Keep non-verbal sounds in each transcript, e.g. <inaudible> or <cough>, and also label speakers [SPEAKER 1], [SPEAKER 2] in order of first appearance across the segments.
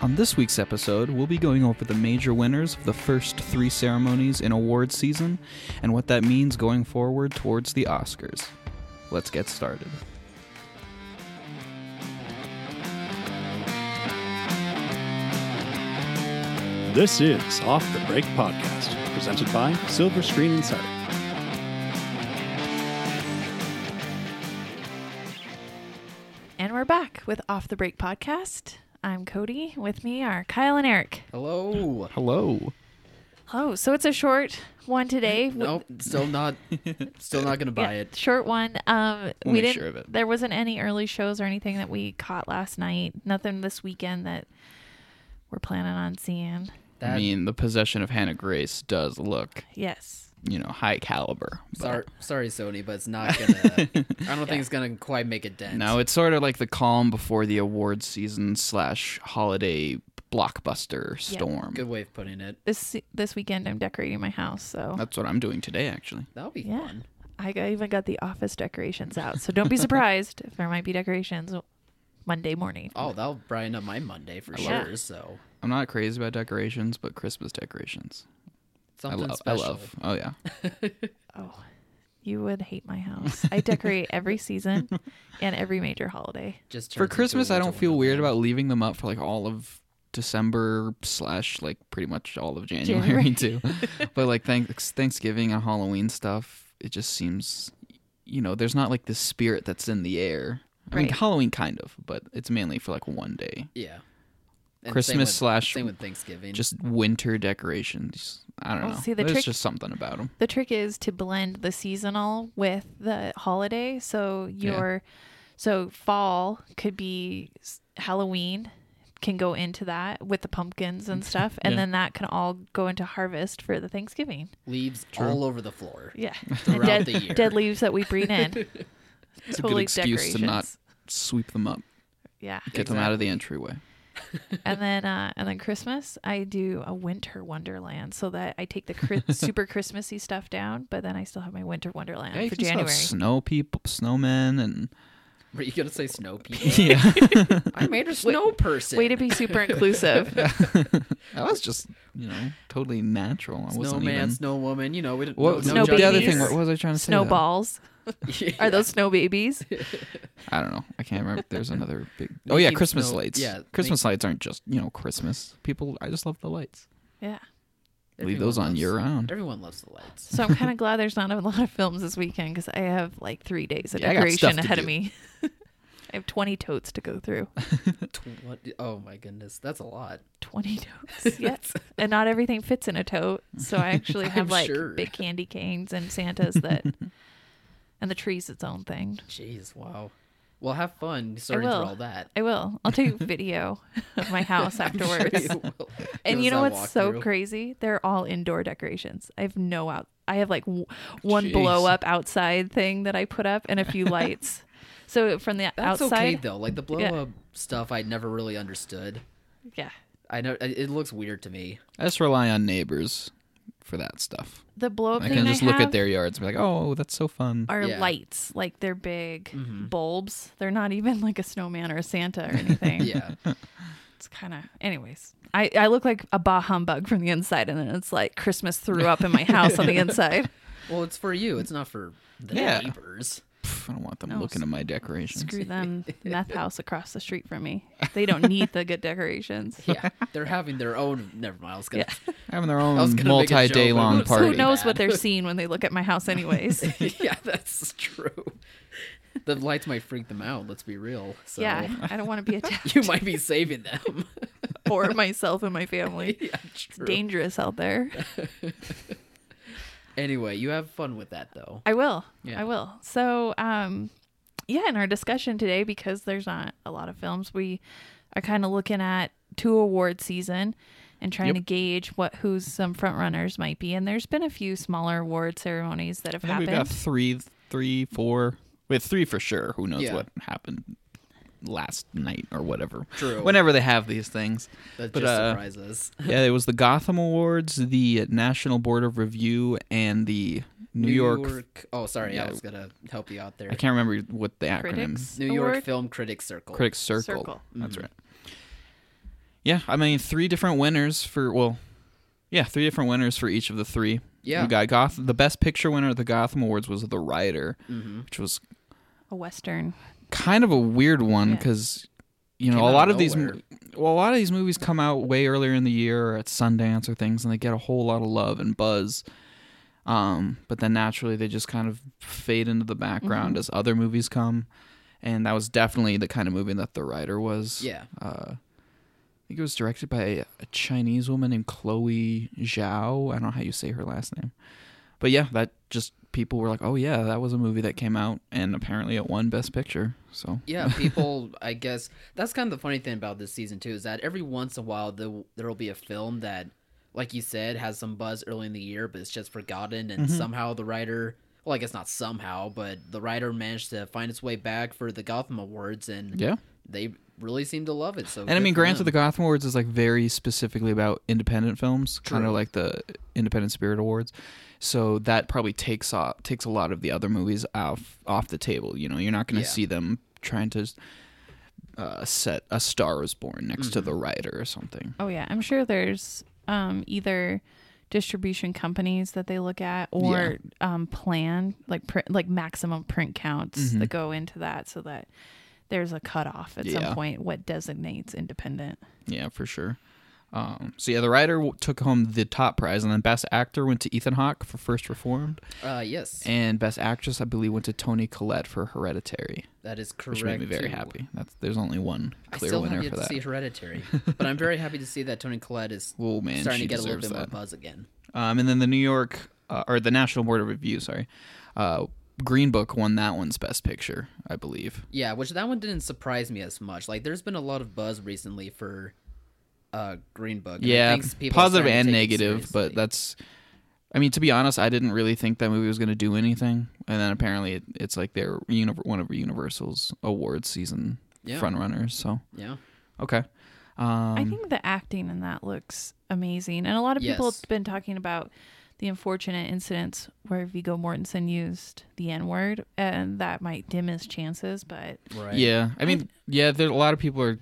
[SPEAKER 1] On this week's episode, we'll be going over the major winners of the first three ceremonies in awards season and what that means going forward towards the Oscars. Let's get started.
[SPEAKER 2] This is Off the Break Podcast, presented by Silver Screen Insight.
[SPEAKER 3] And we're back with Off the Break podcast. I'm Cody. With me are Kyle and Eric.
[SPEAKER 4] Hello.
[SPEAKER 1] Hello. Oh.
[SPEAKER 3] Hello. So it's a short one
[SPEAKER 1] <laughs>
[SPEAKER 3] today. W-
[SPEAKER 4] Nope. Still not. Still not gonna
[SPEAKER 3] yeah,
[SPEAKER 4] buy it.
[SPEAKER 3] Short one. Um,
[SPEAKER 1] We'll
[SPEAKER 3] we
[SPEAKER 1] make
[SPEAKER 3] didn't.
[SPEAKER 1] sure of it.
[SPEAKER 3] There wasn't any early shows or anything that we caught last night. Nothing this weekend that we're planning on seeing.
[SPEAKER 1] I
[SPEAKER 4] That
[SPEAKER 1] mean, the possession of Hannah Grace does look,
[SPEAKER 3] Yes.
[SPEAKER 1] you know, high caliber. but-
[SPEAKER 4] sorry, sorry, Sony, but
[SPEAKER 1] <laughs>
[SPEAKER 4] it's not gonna. I don't think it's gonna quite make a dent.
[SPEAKER 1] No, it's sort of like the calm before the awards season slash holiday blockbuster storm.
[SPEAKER 4] Good way of putting it.
[SPEAKER 3] This this weekend I'm decorating my house, so
[SPEAKER 1] That's what I'm doing today, actually.
[SPEAKER 4] That'll be
[SPEAKER 3] yeah.
[SPEAKER 4] fun.
[SPEAKER 3] I got, even got the office decorations out, so don't be <laughs> surprised if there might be decorations Monday morning.
[SPEAKER 4] Oh, that'll brighten up my Monday for
[SPEAKER 3] Yeah.
[SPEAKER 4] sure. So
[SPEAKER 1] I'm not crazy about decorations, but Christmas decorations. I
[SPEAKER 4] something
[SPEAKER 1] love. I
[SPEAKER 4] special.
[SPEAKER 1] love. Oh yeah.
[SPEAKER 3] Oh, you would hate my house. I decorate every season and every major holiday.
[SPEAKER 4] Just
[SPEAKER 1] for
[SPEAKER 4] turns into a
[SPEAKER 1] Christmas, I
[SPEAKER 4] winter
[SPEAKER 1] don't feel weird
[SPEAKER 4] wonderland.
[SPEAKER 1] about leaving them up for like all of December slash like pretty much all of January,
[SPEAKER 3] <laughs> January.
[SPEAKER 1] too. but like thanks Thanksgiving and Halloween stuff, it just seems, you know, there's not like this spirit that's in the air. I mean,
[SPEAKER 3] Right.
[SPEAKER 1] Halloween kind of, but it's mainly for like one day.
[SPEAKER 4] Yeah. And same
[SPEAKER 1] Christmas
[SPEAKER 4] with-
[SPEAKER 1] slash
[SPEAKER 4] Same with Thanksgiving.
[SPEAKER 1] Just winter decorations. I don't
[SPEAKER 3] Well,
[SPEAKER 1] know.
[SPEAKER 3] see, the
[SPEAKER 1] There's
[SPEAKER 3] trick-
[SPEAKER 1] just something about them.
[SPEAKER 3] The trick is to blend the seasonal with the holiday. So your so fall could be s- Halloween can go into that with the
[SPEAKER 1] <laughs>
[SPEAKER 3] pumpkins and stuff and
[SPEAKER 1] Yeah.
[SPEAKER 3] then that can all go into harvest for the Thanksgiving.
[SPEAKER 4] leaves all over the floor.
[SPEAKER 3] <laughs> Yeah.
[SPEAKER 4] Throughout
[SPEAKER 3] dead,
[SPEAKER 4] the year.
[SPEAKER 3] dead leaves that we breathe in.
[SPEAKER 1] It's a good
[SPEAKER 3] totally
[SPEAKER 1] excuse
[SPEAKER 3] decorations.
[SPEAKER 1] to not sweep them up,
[SPEAKER 3] yeah.
[SPEAKER 1] get them out of the entryway.
[SPEAKER 3] and then uh, and then Christmas, I do a winter wonderland so that I take the cri-
[SPEAKER 1] <laughs>
[SPEAKER 3] super Christmassy stuff down, but then I still have my winter wonderland
[SPEAKER 1] Yeah, you
[SPEAKER 3] for
[SPEAKER 1] can still have
[SPEAKER 3] January.
[SPEAKER 1] snow people, snowmen, and
[SPEAKER 4] Were you gonna say snow people?
[SPEAKER 1] <laughs> yeah,
[SPEAKER 4] I made a snow person.
[SPEAKER 3] Way to be super
[SPEAKER 1] <laughs>
[SPEAKER 3] inclusive.
[SPEAKER 1] that was just you know totally natural. I wasn't
[SPEAKER 4] Snowman,
[SPEAKER 1] even.
[SPEAKER 4] snow woman. You know, we didn't.
[SPEAKER 1] What
[SPEAKER 4] no,
[SPEAKER 3] Snow
[SPEAKER 1] no, the other
[SPEAKER 3] babies.
[SPEAKER 1] thing?
[SPEAKER 4] <laughs>
[SPEAKER 1] What was I trying to say? though?
[SPEAKER 3] <laughs> Snowballs. Are those
[SPEAKER 1] <laughs>
[SPEAKER 3] snow babies?
[SPEAKER 1] I don't know. I can't remember. There's another big. Oh yeah,
[SPEAKER 4] Making
[SPEAKER 1] Christmas
[SPEAKER 4] snow-
[SPEAKER 1] lights.
[SPEAKER 4] yeah,
[SPEAKER 1] Christmas lights aren't just you know Christmas. People, I just love the lights.
[SPEAKER 3] Yeah.
[SPEAKER 1] Leave those on year round.
[SPEAKER 4] Everyone loves the lights.
[SPEAKER 3] So I'm kind of glad there's not a lot of films this weekend because I have like three days of
[SPEAKER 1] Yeah, I got stuff
[SPEAKER 3] decoration
[SPEAKER 1] to
[SPEAKER 3] ahead of
[SPEAKER 1] do.
[SPEAKER 3] me. <laughs> I have 20 totes to
[SPEAKER 1] <laughs>
[SPEAKER 3] go through.
[SPEAKER 4] Twen- oh my goodness, that's a lot.
[SPEAKER 3] 20
[SPEAKER 1] <laughs>
[SPEAKER 3] totes. Yes. and not everything fits in a tote. So I actually
[SPEAKER 4] I'm
[SPEAKER 3] have like
[SPEAKER 4] sure.
[SPEAKER 3] big candy canes and
[SPEAKER 1] <laughs>
[SPEAKER 3] Santas that, and the tree's its own thing.
[SPEAKER 4] Jeez, wow. Well, have fun sorting
[SPEAKER 3] will.
[SPEAKER 4] through
[SPEAKER 3] <laughs>
[SPEAKER 4] all that.
[SPEAKER 3] I will.
[SPEAKER 1] <laughs>
[SPEAKER 3] I'll take a video of my house afterwards.
[SPEAKER 4] <laughs> will. Give
[SPEAKER 3] And
[SPEAKER 4] us
[SPEAKER 3] you know
[SPEAKER 4] that
[SPEAKER 3] what's so
[SPEAKER 4] walkthrough.
[SPEAKER 3] crazy? They're all indoor decorations. I have no out. I have like w- one
[SPEAKER 1] Jeez.
[SPEAKER 3] blow up outside thing that I put up and
[SPEAKER 1] <laughs>
[SPEAKER 3] a few lights. So from the
[SPEAKER 4] That's okay
[SPEAKER 3] outside,
[SPEAKER 4] though. Like the blow
[SPEAKER 3] Yeah.
[SPEAKER 4] up stuff, I never really understood.
[SPEAKER 3] yeah,
[SPEAKER 4] I know it it looks weird to me.
[SPEAKER 1] I just rely on neighbors for that stuff.
[SPEAKER 3] the blow up
[SPEAKER 1] I
[SPEAKER 3] thing
[SPEAKER 1] can just look
[SPEAKER 3] have
[SPEAKER 1] at their yards and be like, oh, that's so fun.
[SPEAKER 3] are
[SPEAKER 4] Yeah.
[SPEAKER 3] lights. Like they're big
[SPEAKER 1] Mm-hmm.
[SPEAKER 3] bulbs. They're not even like a snowman or a
[SPEAKER 1] <laughs>
[SPEAKER 3] Santa or anything. <laughs>
[SPEAKER 4] Yeah,
[SPEAKER 3] It's kind of. Anyways, I I look like a bah humbug from the inside, and then it's like Christmas threw up in my
[SPEAKER 1] <laughs>
[SPEAKER 3] house on the inside.
[SPEAKER 4] well, it's for you. It's not for the
[SPEAKER 1] Yeah.
[SPEAKER 4] neighbors.
[SPEAKER 1] Pff, I don't want them
[SPEAKER 3] No,
[SPEAKER 1] looking
[SPEAKER 3] s-
[SPEAKER 1] at my decorations.
[SPEAKER 3] Screw them. the Meth
[SPEAKER 1] <laughs>
[SPEAKER 3] house across the street from me. They don't need the good decorations.
[SPEAKER 4] Yeah, they're having their own. Never mind. I was gonna.
[SPEAKER 1] Having their
[SPEAKER 4] was
[SPEAKER 1] own
[SPEAKER 4] gonna make a joke, but
[SPEAKER 1] multi-day long
[SPEAKER 4] <laughs> who- who
[SPEAKER 1] party.
[SPEAKER 3] Who knows what
[SPEAKER 4] bad.
[SPEAKER 1] <laughs>
[SPEAKER 3] they're seeing when they look at my house, anyways? <laughs>
[SPEAKER 4] <laughs> Yeah, that's true. The lights might freak them out. Let's be real. So
[SPEAKER 3] yeah, I
[SPEAKER 1] <laughs>
[SPEAKER 3] don't want to be attacked
[SPEAKER 4] <laughs> you might be saving them. <laughs>
[SPEAKER 3] or myself and my family.
[SPEAKER 4] yeah,
[SPEAKER 3] It's
[SPEAKER 4] true.
[SPEAKER 3] dangerous out there.
[SPEAKER 4] Anyway, you have fun with that though.
[SPEAKER 3] I will.
[SPEAKER 4] Yeah.
[SPEAKER 3] I will. So, um, yeah, in our discussion today, because there's not a lot of films, we are kind of looking at two award season and trying
[SPEAKER 1] Yep.
[SPEAKER 3] to gauge what who's some front runners might be. And there's been a few smaller award ceremonies that have
[SPEAKER 1] I think
[SPEAKER 3] happened.
[SPEAKER 1] we've got three, three, four. We have three for sure. Who knows
[SPEAKER 4] Yeah.
[SPEAKER 1] what happened last night or whatever.
[SPEAKER 4] True.
[SPEAKER 1] Whenever they have these things.
[SPEAKER 4] That
[SPEAKER 1] But,
[SPEAKER 4] just
[SPEAKER 1] uh,
[SPEAKER 4] surprises.
[SPEAKER 1] yeah, it was the Gotham Awards, the National Board of Review, and the New, York.
[SPEAKER 4] Oh, sorry, I
[SPEAKER 1] Yeah.
[SPEAKER 4] was gonna help you out there.
[SPEAKER 1] I can't remember what the acronym.
[SPEAKER 3] Critics
[SPEAKER 4] New York
[SPEAKER 3] Award?
[SPEAKER 4] Film Critics Circle.
[SPEAKER 1] Critics Circle.
[SPEAKER 3] Circle.
[SPEAKER 1] That's right. Yeah, I mean three different winners for well, yeah, three different winners for each of the three.
[SPEAKER 4] Yeah.
[SPEAKER 1] we got Goth. The best picture winner at the Gotham Awards was The Rider,
[SPEAKER 4] Mm-hmm.
[SPEAKER 1] which was
[SPEAKER 3] A western.
[SPEAKER 1] kind of a weird one
[SPEAKER 3] Yeah.
[SPEAKER 1] because you know
[SPEAKER 4] Came
[SPEAKER 1] a
[SPEAKER 4] out
[SPEAKER 1] lot
[SPEAKER 4] of
[SPEAKER 1] of these
[SPEAKER 4] nowhere.
[SPEAKER 1] mo- well a lot of these movies come out way earlier in the year or at Sundance or things and they get a whole lot of love and buzz. Um, but then naturally they just kind of fade into the background as other movies come, and that was definitely the kind of movie that The Rider was.
[SPEAKER 4] Yeah.
[SPEAKER 1] uh, I think it was directed by a, a Chinese woman named Chloe Zhao. I don't know how you say her last name. But yeah, that just people were like, "Oh yeah, that was a movie that came out and apparently it won best picture." So,
[SPEAKER 4] Yeah, people. I guess that's kind of the funny thing about this season too is that every once in a while there there will be a film that, like you said, has some buzz early in the year, but it's just forgotten, and
[SPEAKER 1] Mm-hmm.
[SPEAKER 4] somehow the writer. Well, I guess not somehow, but the writer managed to find its way back for the Gotham Awards, and
[SPEAKER 1] yeah.
[SPEAKER 4] they really seem to love it. So,
[SPEAKER 1] And I mean, granted, the Gotham Awards is like very specifically about independent films, kind of
[SPEAKER 4] True.
[SPEAKER 1] like the Independent Spirit Awards. So that probably takes off takes a lot of the other movies off off the table. You know, you're not going to
[SPEAKER 4] Yeah.
[SPEAKER 1] see them trying to uh, set a Star Is Born next
[SPEAKER 4] Mm-hmm.
[SPEAKER 1] to the writer or something.
[SPEAKER 3] Oh yeah, I'm sure there's um, either distribution companies that they look at or um, plan like print, like maximum print counts that go into that so that there's a cutoff at
[SPEAKER 1] Yeah.
[SPEAKER 3] some point what designates independent.
[SPEAKER 1] Yeah, for sure. Um, so yeah, the writer w- took home the top prize, and then best actor went to Ethan Hawke for First Reformed,
[SPEAKER 4] uh, yes,
[SPEAKER 1] and best actress, I believe, went to Toni Collette for Hereditary,
[SPEAKER 4] that is correct.
[SPEAKER 1] which made me very
[SPEAKER 4] too.
[SPEAKER 1] happy. That's there's only one
[SPEAKER 4] I
[SPEAKER 1] clear
[SPEAKER 4] still
[SPEAKER 1] winner
[SPEAKER 4] have yet
[SPEAKER 1] for
[SPEAKER 4] to
[SPEAKER 1] that. <laughs>
[SPEAKER 4] see Hereditary, but I'm very happy to see that Tony Collette is
[SPEAKER 1] Oh man,
[SPEAKER 4] starting
[SPEAKER 1] she
[SPEAKER 4] to get a little
[SPEAKER 1] deserves
[SPEAKER 4] bit more
[SPEAKER 1] that.
[SPEAKER 4] buzz again.
[SPEAKER 1] Um, and then the New York uh, or the National Board of Review, sorry, uh, Green Book won that one's best picture, I believe.
[SPEAKER 4] Yeah, which that one didn't surprise me as much. Like, there's been a lot of buzz recently for uh, Green Book. and I
[SPEAKER 1] yeah,
[SPEAKER 4] think people are
[SPEAKER 1] positive
[SPEAKER 4] starting to
[SPEAKER 1] and
[SPEAKER 4] take it
[SPEAKER 1] negative, but
[SPEAKER 4] seriously.
[SPEAKER 1] that's. I mean, to be honest, I didn't really think that movie was going to do anything, and then apparently it, it's like their uni- one of Universal's awards season
[SPEAKER 4] Yeah.
[SPEAKER 1] frontrunners. So
[SPEAKER 4] yeah,
[SPEAKER 1] okay,
[SPEAKER 3] I think the acting in that looks amazing, and a lot of people
[SPEAKER 4] Yes.
[SPEAKER 3] have been talking about the unfortunate incidents where Vigo Mortensen used the N word, and that might dim his chances, but
[SPEAKER 4] right.
[SPEAKER 1] yeah. I mean, yeah, there a lot of people are.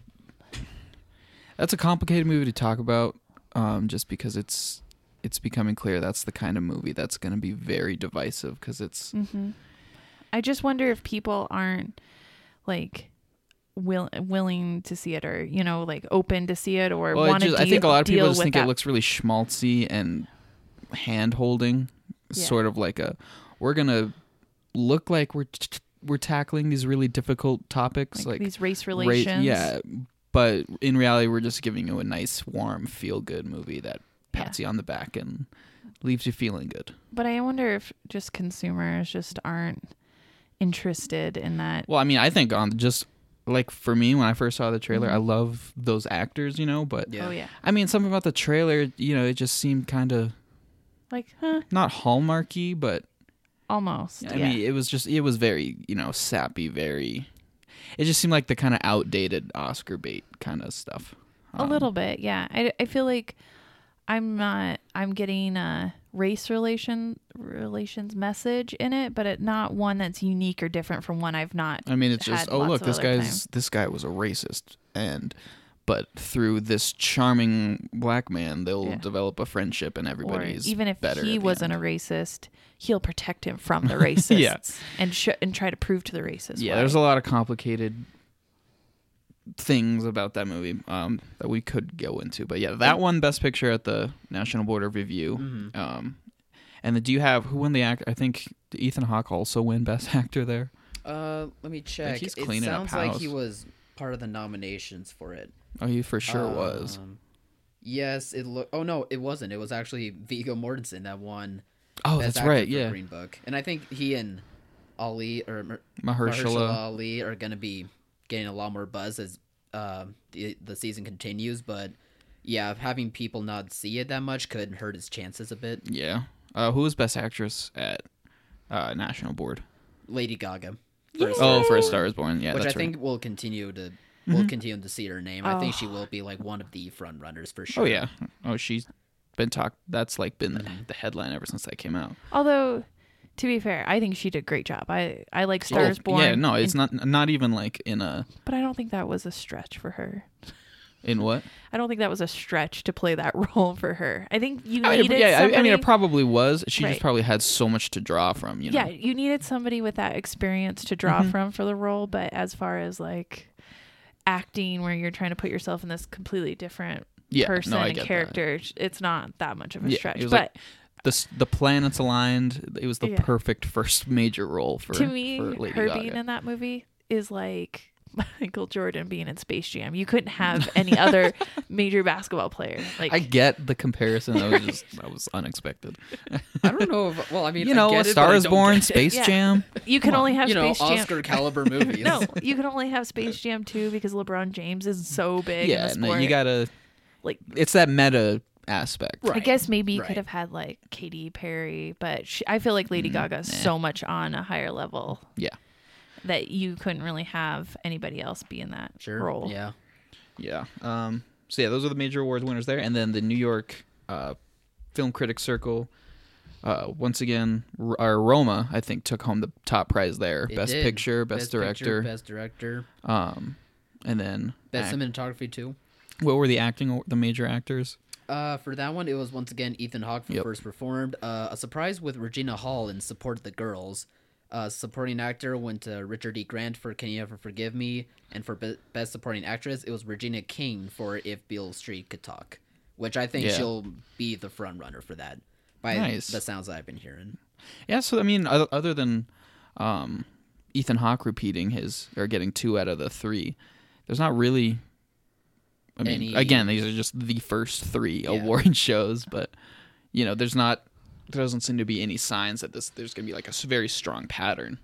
[SPEAKER 1] That's a complicated movie to talk about, um, just because it's it's becoming clear that's the kind of movie that's going to be very divisive because it's
[SPEAKER 3] Mm-hmm. I just wonder if people aren't like will, willing to see it or you know like open to see it or
[SPEAKER 1] Well, it
[SPEAKER 3] want to
[SPEAKER 1] just,
[SPEAKER 3] deal,
[SPEAKER 1] I think a lot of people
[SPEAKER 3] deal
[SPEAKER 1] just
[SPEAKER 3] with
[SPEAKER 1] think
[SPEAKER 3] that.
[SPEAKER 1] it looks really schmaltzy and hand holding,
[SPEAKER 3] Yeah.
[SPEAKER 1] sort of like a we're gonna look like we're t- t- we're tackling these really difficult topics
[SPEAKER 3] like,
[SPEAKER 1] like,
[SPEAKER 3] these race
[SPEAKER 1] ra-
[SPEAKER 3] relations.
[SPEAKER 1] yeah, but in reality, we're just giving you a nice, warm, feel good movie that pats you on the back and leaves you feeling good.
[SPEAKER 3] But I wonder if just consumers just aren't interested in that.
[SPEAKER 1] Well, I mean, I think on just like for me when I first saw the trailer, I
[SPEAKER 3] Mm-hmm.
[SPEAKER 1] love those actors, you know, but
[SPEAKER 4] Yeah.
[SPEAKER 3] Oh yeah,
[SPEAKER 1] I mean, something about the trailer, you know, it just seemed kind of
[SPEAKER 3] like huh,
[SPEAKER 1] not hallmarky, but
[SPEAKER 3] almost.
[SPEAKER 1] I
[SPEAKER 3] yeah.
[SPEAKER 1] mean, it was just it was very you know sappy, very. It just seemed like the kind of outdated Oscar bait kind of stuff. Um,
[SPEAKER 3] a little bit yeah I, I feel like i'm not i'm getting a race relation relations message in it but it not one that's unique or different from one i've not
[SPEAKER 1] I mean, it's
[SPEAKER 3] had
[SPEAKER 1] just oh
[SPEAKER 3] lots
[SPEAKER 1] look,
[SPEAKER 3] of
[SPEAKER 1] this
[SPEAKER 3] other
[SPEAKER 1] guy's this guy was a racist, and but through this charming black man, they'll
[SPEAKER 3] Yeah.
[SPEAKER 1] develop a friendship, and
[SPEAKER 3] time. or
[SPEAKER 1] everybody's
[SPEAKER 3] even if
[SPEAKER 1] better
[SPEAKER 3] he
[SPEAKER 1] at the
[SPEAKER 3] wasn't
[SPEAKER 1] end.
[SPEAKER 3] a racist he'll protect him
[SPEAKER 1] <laughs>
[SPEAKER 3] from the racists
[SPEAKER 1] Yeah.
[SPEAKER 3] and sh- and try to prove to the racists
[SPEAKER 1] yeah,
[SPEAKER 3] why.
[SPEAKER 1] there's a lot of complicated things about that movie um, that we could go into. But yeah, that one best picture at the National Board of Review.
[SPEAKER 4] Mm-hmm.
[SPEAKER 1] Um, and then do you have who won the act? I think Ethan Hawke also win <laughs> best actor there.
[SPEAKER 4] Uh, let me check.
[SPEAKER 1] he's
[SPEAKER 4] it
[SPEAKER 1] cleaning up
[SPEAKER 4] sounds like he
[SPEAKER 1] house.
[SPEAKER 4] was part of the nominations for it.
[SPEAKER 1] Oh, he for sure was.
[SPEAKER 4] Um, Yes, it looked. Oh no, it wasn't. It was actually Viggo Mortensen that won.
[SPEAKER 1] Oh,
[SPEAKER 4] Best
[SPEAKER 1] that's
[SPEAKER 4] Actor
[SPEAKER 1] right.
[SPEAKER 4] for
[SPEAKER 1] Yeah,
[SPEAKER 4] Green Book, and I think he and Ali or Mer-
[SPEAKER 1] Mahershala.
[SPEAKER 4] Ali are going to be getting a lot more buzz as uh, the the season continues. But yeah, having people not see it that much could hurt his chances a bit.
[SPEAKER 1] yeah. Uh, who was best actress at uh, National Board?
[SPEAKER 4] Lady Gaga,
[SPEAKER 1] Oh, for A Star Is Born. Yeah,
[SPEAKER 4] which I
[SPEAKER 1] that's right.
[SPEAKER 4] think
[SPEAKER 1] Mm-hmm.
[SPEAKER 4] we'll continue to we'll continue to see her name. I think she will be like one of the front runners for sure.
[SPEAKER 1] Oh yeah. Oh, she's been talked. That's like been the,
[SPEAKER 4] Mm-hmm.
[SPEAKER 1] the headline ever since that came out.
[SPEAKER 3] although to be fair i think she did a great job i i like
[SPEAKER 1] Oh,
[SPEAKER 3] stars born
[SPEAKER 1] Yeah, no, it's
[SPEAKER 3] and-
[SPEAKER 1] not. Not even like in a.
[SPEAKER 3] but i don't think that was a stretch for her
[SPEAKER 1] In what?
[SPEAKER 3] I don't think that was a stretch to play that <laughs> role for her. I think you
[SPEAKER 1] I mean,
[SPEAKER 3] needed
[SPEAKER 1] yeah, I, I
[SPEAKER 3] somebody-
[SPEAKER 1] mean, it probably was. She
[SPEAKER 3] Right.
[SPEAKER 1] just probably had so much to draw from, you know. Mm-hmm.
[SPEAKER 3] yeah, you needed somebody with that experience to draw from for the role. But as far as like acting, where you're trying to put yourself in this completely different
[SPEAKER 1] Yeah, no,
[SPEAKER 3] person
[SPEAKER 1] I
[SPEAKER 3] and
[SPEAKER 1] get that.
[SPEAKER 3] character, sh- it's not that much of a
[SPEAKER 1] Yeah,
[SPEAKER 3] stretch.
[SPEAKER 1] it was
[SPEAKER 3] But
[SPEAKER 1] like- The s- the planets aligned. It was the
[SPEAKER 3] Yeah.
[SPEAKER 1] perfect first major role for
[SPEAKER 3] to me,
[SPEAKER 1] for Lady
[SPEAKER 3] her
[SPEAKER 1] Gaga.
[SPEAKER 3] being in that movie is like <laughs> Michael Jordan being in Space Jam. You couldn't have
[SPEAKER 1] <laughs>
[SPEAKER 3] any other major basketball player. Like
[SPEAKER 1] I get the comparison. That was just that was unexpected.
[SPEAKER 4] <laughs> I don't know if. Well, I mean,
[SPEAKER 1] you know, A
[SPEAKER 4] I get it, but
[SPEAKER 1] Star
[SPEAKER 4] I
[SPEAKER 1] Is
[SPEAKER 4] don't
[SPEAKER 1] Born,
[SPEAKER 4] get it.
[SPEAKER 1] Space
[SPEAKER 3] Yeah.
[SPEAKER 1] Jam.
[SPEAKER 3] you can only have
[SPEAKER 4] You know,
[SPEAKER 3] Space Jam.
[SPEAKER 1] <laughs>
[SPEAKER 4] Oscar caliber movies.
[SPEAKER 3] no, you can only have Space Jam 2 because LeBron James is so big. in
[SPEAKER 1] yeah,
[SPEAKER 3] the
[SPEAKER 1] no,
[SPEAKER 3] sport.
[SPEAKER 1] you gotta
[SPEAKER 3] like
[SPEAKER 1] it's that meta aspect.
[SPEAKER 4] Right.
[SPEAKER 3] I guess maybe you
[SPEAKER 4] right.
[SPEAKER 3] could have had like Katy Perry, but she, I feel like Lady
[SPEAKER 1] Mm,
[SPEAKER 3] Gaga is so much on a higher level
[SPEAKER 1] Yeah.
[SPEAKER 3] that you couldn't really have anybody else be in that
[SPEAKER 4] Sure.
[SPEAKER 3] role.
[SPEAKER 4] Yeah.
[SPEAKER 1] Yeah. Um so yeah, those are the major award winners there. And then the New York uh Film Critics Circle. Uh, once again, R- or Roma, I think, took home the top prize there.
[SPEAKER 4] It
[SPEAKER 1] best
[SPEAKER 4] did.
[SPEAKER 1] picture, best, director,
[SPEAKER 4] best director,
[SPEAKER 1] um, and then
[SPEAKER 4] best
[SPEAKER 1] act-
[SPEAKER 4] cinematography too.
[SPEAKER 1] what were the acting, awa- the major actors?
[SPEAKER 4] Uh, for that one, it was once again Ethan Hawke for
[SPEAKER 1] Yep.
[SPEAKER 4] first performed. Uh, a surprise with Regina Hall in Support the Girls. Uh, supporting actor went to Richard E. Grant for Can You Ever Forgive Me, and for be- best supporting actress, it was Regina King for If Beale Street Could Talk, which I think
[SPEAKER 1] Yeah.
[SPEAKER 4] she'll be the front runner for that by
[SPEAKER 1] Nice.
[SPEAKER 4] the sounds I've been hearing.
[SPEAKER 1] Yeah, so I mean, other, other than um, Ethan Hawke repeating his or getting two out of the three, there's not really. I mean,
[SPEAKER 4] Any-
[SPEAKER 1] again, these are just the first three
[SPEAKER 4] Yeah.
[SPEAKER 1] award <laughs> shows, but you know, there's not. There doesn't seem to be any signs that this there's going to be like a s- very strong pattern.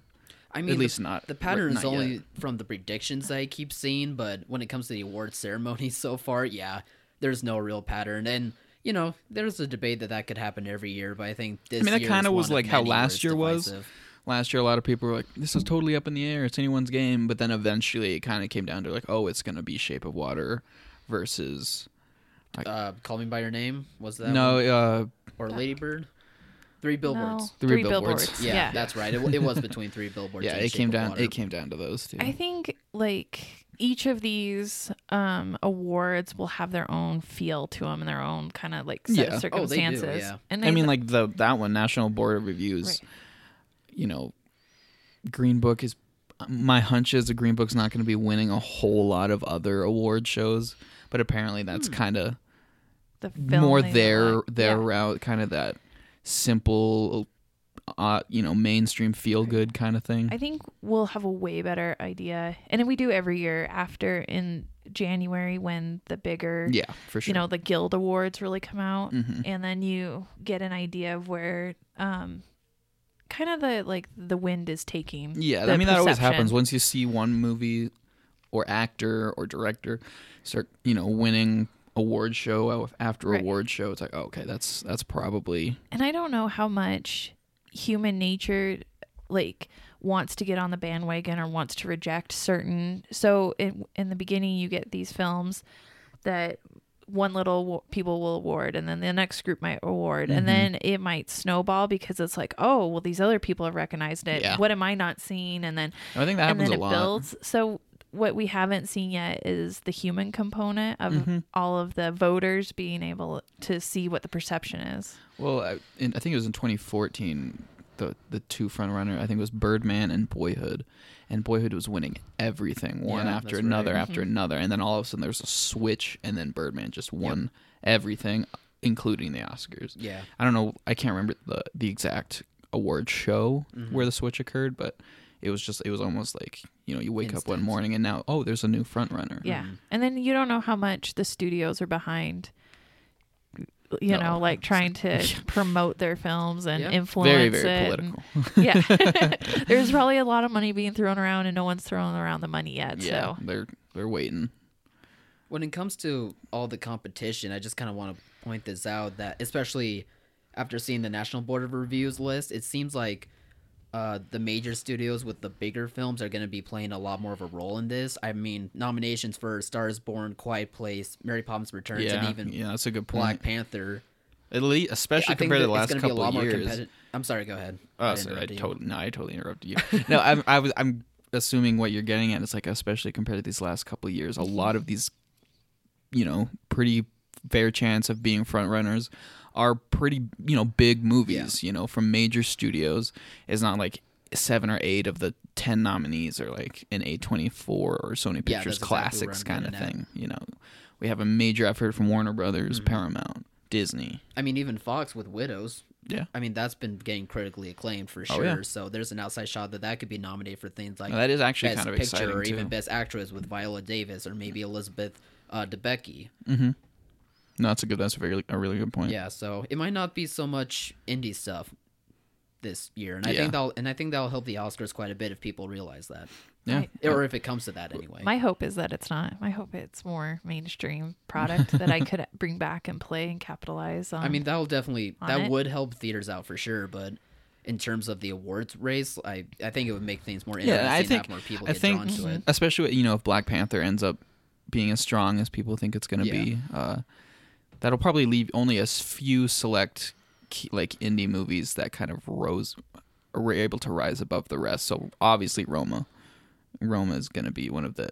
[SPEAKER 4] I mean,
[SPEAKER 1] At
[SPEAKER 4] the-
[SPEAKER 1] least not-
[SPEAKER 4] The pattern
[SPEAKER 1] not
[SPEAKER 4] is only
[SPEAKER 1] yet.
[SPEAKER 4] from the predictions I keep seeing, but when it comes to the award ceremony <laughs> so far, yeah, there's no real pattern. And you know, there's a debate that that could happen every year, but I think this.
[SPEAKER 1] I mean, it
[SPEAKER 4] year
[SPEAKER 1] kind
[SPEAKER 4] is
[SPEAKER 1] of was
[SPEAKER 4] one
[SPEAKER 1] like how
[SPEAKER 4] many where it's
[SPEAKER 1] last year was.
[SPEAKER 4] divisive.
[SPEAKER 1] Last year, a lot of people were like, "This is totally up in the air. It's anyone's game." But then eventually, it kind of came down to like, "Oh, it's going to be Shape of Water versus
[SPEAKER 4] Uh, Call Me by Your Name was that
[SPEAKER 1] no
[SPEAKER 4] one?
[SPEAKER 1] uh,
[SPEAKER 4] or Ladybird? Three
[SPEAKER 3] No,
[SPEAKER 4] billboards.
[SPEAKER 1] Three
[SPEAKER 3] three
[SPEAKER 1] billboards.
[SPEAKER 3] billboards.
[SPEAKER 4] Yeah, that's right. It, wa- it was between three
[SPEAKER 1] <laughs>
[SPEAKER 4] billboards.
[SPEAKER 1] yeah."
[SPEAKER 4] and
[SPEAKER 1] It
[SPEAKER 4] Shape
[SPEAKER 1] came
[SPEAKER 4] of
[SPEAKER 1] down.
[SPEAKER 4] Water.
[SPEAKER 1] It came down to those two.
[SPEAKER 3] I think like each of these um awards will have their own feel to them and their own kind of like set
[SPEAKER 1] Yeah.
[SPEAKER 3] of
[SPEAKER 1] Oh,
[SPEAKER 4] they do,
[SPEAKER 3] circumstances.
[SPEAKER 4] yeah.
[SPEAKER 3] And
[SPEAKER 1] I
[SPEAKER 3] they-
[SPEAKER 1] mean, like the that one, National Board of Reviews. You know, Green Book is. My hunch is the Green Book's not going to be winning a whole lot of other award shows, but apparently
[SPEAKER 3] Hmm.
[SPEAKER 1] that's kind of
[SPEAKER 3] the film
[SPEAKER 1] more
[SPEAKER 3] they
[SPEAKER 1] their
[SPEAKER 3] like.
[SPEAKER 1] their
[SPEAKER 3] Yeah.
[SPEAKER 1] route, kind of that simple, uh, you know, mainstream feel good kind of thing.
[SPEAKER 3] I think we'll have a way better idea, and we do every year after in January when the bigger
[SPEAKER 1] yeah, for sure. Mm-hmm.
[SPEAKER 3] you know the guild awards really come out and then you get an idea of where um kind of the like the wind is taking
[SPEAKER 1] yeah,
[SPEAKER 3] the
[SPEAKER 1] I mean that always
[SPEAKER 3] perception.
[SPEAKER 1] happens once you see one movie or actor or director start, you know, winning award show after
[SPEAKER 3] Right.
[SPEAKER 1] award show. It's like, oh, okay, that's that's probably
[SPEAKER 3] and i don't know how much human nature like wants to get on the bandwagon or wants to reject certain so in, in the beginning you get these films that one little wa- people will award and then the next group might award
[SPEAKER 1] Mm-hmm.
[SPEAKER 3] and then it might snowball because it's like oh well these other people have recognized it
[SPEAKER 1] Yeah.
[SPEAKER 3] what am i not seeing and then
[SPEAKER 1] I think that
[SPEAKER 3] and
[SPEAKER 1] happens
[SPEAKER 3] then
[SPEAKER 1] a
[SPEAKER 3] it
[SPEAKER 1] lot.
[SPEAKER 3] builds. So what we haven't seen yet is the human component of
[SPEAKER 1] Mm-hmm.
[SPEAKER 3] all of the voters being able to see what the perception is.
[SPEAKER 1] Well, I, in, I think it was in 2014. The the two front runner, I think, was Birdman and Boyhood, and Boyhood was winning everything one
[SPEAKER 4] Yeah,
[SPEAKER 1] after
[SPEAKER 4] that's
[SPEAKER 1] another
[SPEAKER 3] Mm-hmm.
[SPEAKER 4] right.
[SPEAKER 1] after another, and then all of a sudden there was a switch, and then Birdman just won everything, including the Oscars.
[SPEAKER 4] Yeah.
[SPEAKER 1] I don't know. I can't remember the the exact award show where the switch occurred, but it was just it was almost like you know you wake up one
[SPEAKER 4] Instant.
[SPEAKER 1] morning and now oh there's a new front runner.
[SPEAKER 3] Yeah. And then you don't know how much the studios are behind you
[SPEAKER 1] No,
[SPEAKER 3] know, like trying to
[SPEAKER 1] <laughs>
[SPEAKER 3] promote their films and
[SPEAKER 4] Yeah.
[SPEAKER 3] influence
[SPEAKER 1] very very
[SPEAKER 3] it. and-
[SPEAKER 1] political.
[SPEAKER 3] <laughs>
[SPEAKER 1] <laughs>
[SPEAKER 3] yeah. There's probably a lot of money being thrown around and no one's throwing around the money yet.
[SPEAKER 1] yeah,
[SPEAKER 3] So
[SPEAKER 1] they're they're waiting.
[SPEAKER 4] When it comes to all the competition, I just kind of want to point this out that, especially after seeing the National Board of Reviews list, it seems like uh, the major studios with the bigger films are going to be playing a lot more of a role in this. I mean, nominations for Stars Born, Quiet Place, Mary Poppins Returns,
[SPEAKER 1] Yeah,
[SPEAKER 4] and even
[SPEAKER 1] yeah, that's a good point.
[SPEAKER 4] Black Panther.
[SPEAKER 1] At least, especially compared to the last couple of years.
[SPEAKER 4] competi- I'm sorry, go ahead.
[SPEAKER 1] Oh,
[SPEAKER 4] I
[SPEAKER 1] sorry, I
[SPEAKER 4] interrupted you.
[SPEAKER 1] totally no, I totally interrupted you. no, I'm I was I'm assuming what you're getting at is like especially compared to these last couple of years, a lot of these you know pretty fair chance of being front runners are pretty you know big movies you know from major studios it's not like seven or eight of the ten nominees are like an a24 or sony
[SPEAKER 4] Yeah,
[SPEAKER 1] pictures
[SPEAKER 4] that's exactly where
[SPEAKER 1] classics
[SPEAKER 4] I'm
[SPEAKER 1] kind of
[SPEAKER 4] getting at. Mm-hmm.
[SPEAKER 1] thing you know we have a major effort from warner brothers paramount disney
[SPEAKER 4] I mean, even Fox with Widows.
[SPEAKER 1] Yeah.
[SPEAKER 4] I mean, that's been getting critically acclaimed for
[SPEAKER 1] Oh,
[SPEAKER 4] sure.
[SPEAKER 1] yeah.
[SPEAKER 4] So there's an outside shot that that could be nominated for things like
[SPEAKER 1] Now, that is actually
[SPEAKER 4] best
[SPEAKER 1] kind of
[SPEAKER 4] picture
[SPEAKER 1] exciting
[SPEAKER 4] or
[SPEAKER 1] too.
[SPEAKER 4] even best actress with Viola Davis or maybe Elizabeth uh, Debicki.
[SPEAKER 1] no that's a good that's a, very, a really good point
[SPEAKER 4] Yeah, so it might not be so much indie stuff this year, and I
[SPEAKER 1] Yeah.
[SPEAKER 4] think that'll and I think that'll help the Oscars quite a bit if people realize that,
[SPEAKER 1] yeah
[SPEAKER 3] I-
[SPEAKER 4] or if it comes to that anyway.
[SPEAKER 3] My hope is that it's not. My hope it's more mainstream product
[SPEAKER 1] <laughs>
[SPEAKER 3] that I could bring back and play and capitalize on.
[SPEAKER 4] I mean, that'll definitely
[SPEAKER 3] on
[SPEAKER 4] that
[SPEAKER 3] it.
[SPEAKER 4] would help theaters out for sure, but in terms of the awards race, I I think it would make things more interesting.
[SPEAKER 1] yeah i
[SPEAKER 4] to
[SPEAKER 1] think
[SPEAKER 4] have more people
[SPEAKER 1] i
[SPEAKER 4] get
[SPEAKER 1] think
[SPEAKER 4] drawn to it.
[SPEAKER 1] especially you know if black panther ends up being as strong as people think it's going to
[SPEAKER 4] Yeah.
[SPEAKER 1] be uh that'll probably leave only a s- few select key, like indie movies that kind of rose or were able to rise above the rest so obviously roma roma is going to be one of the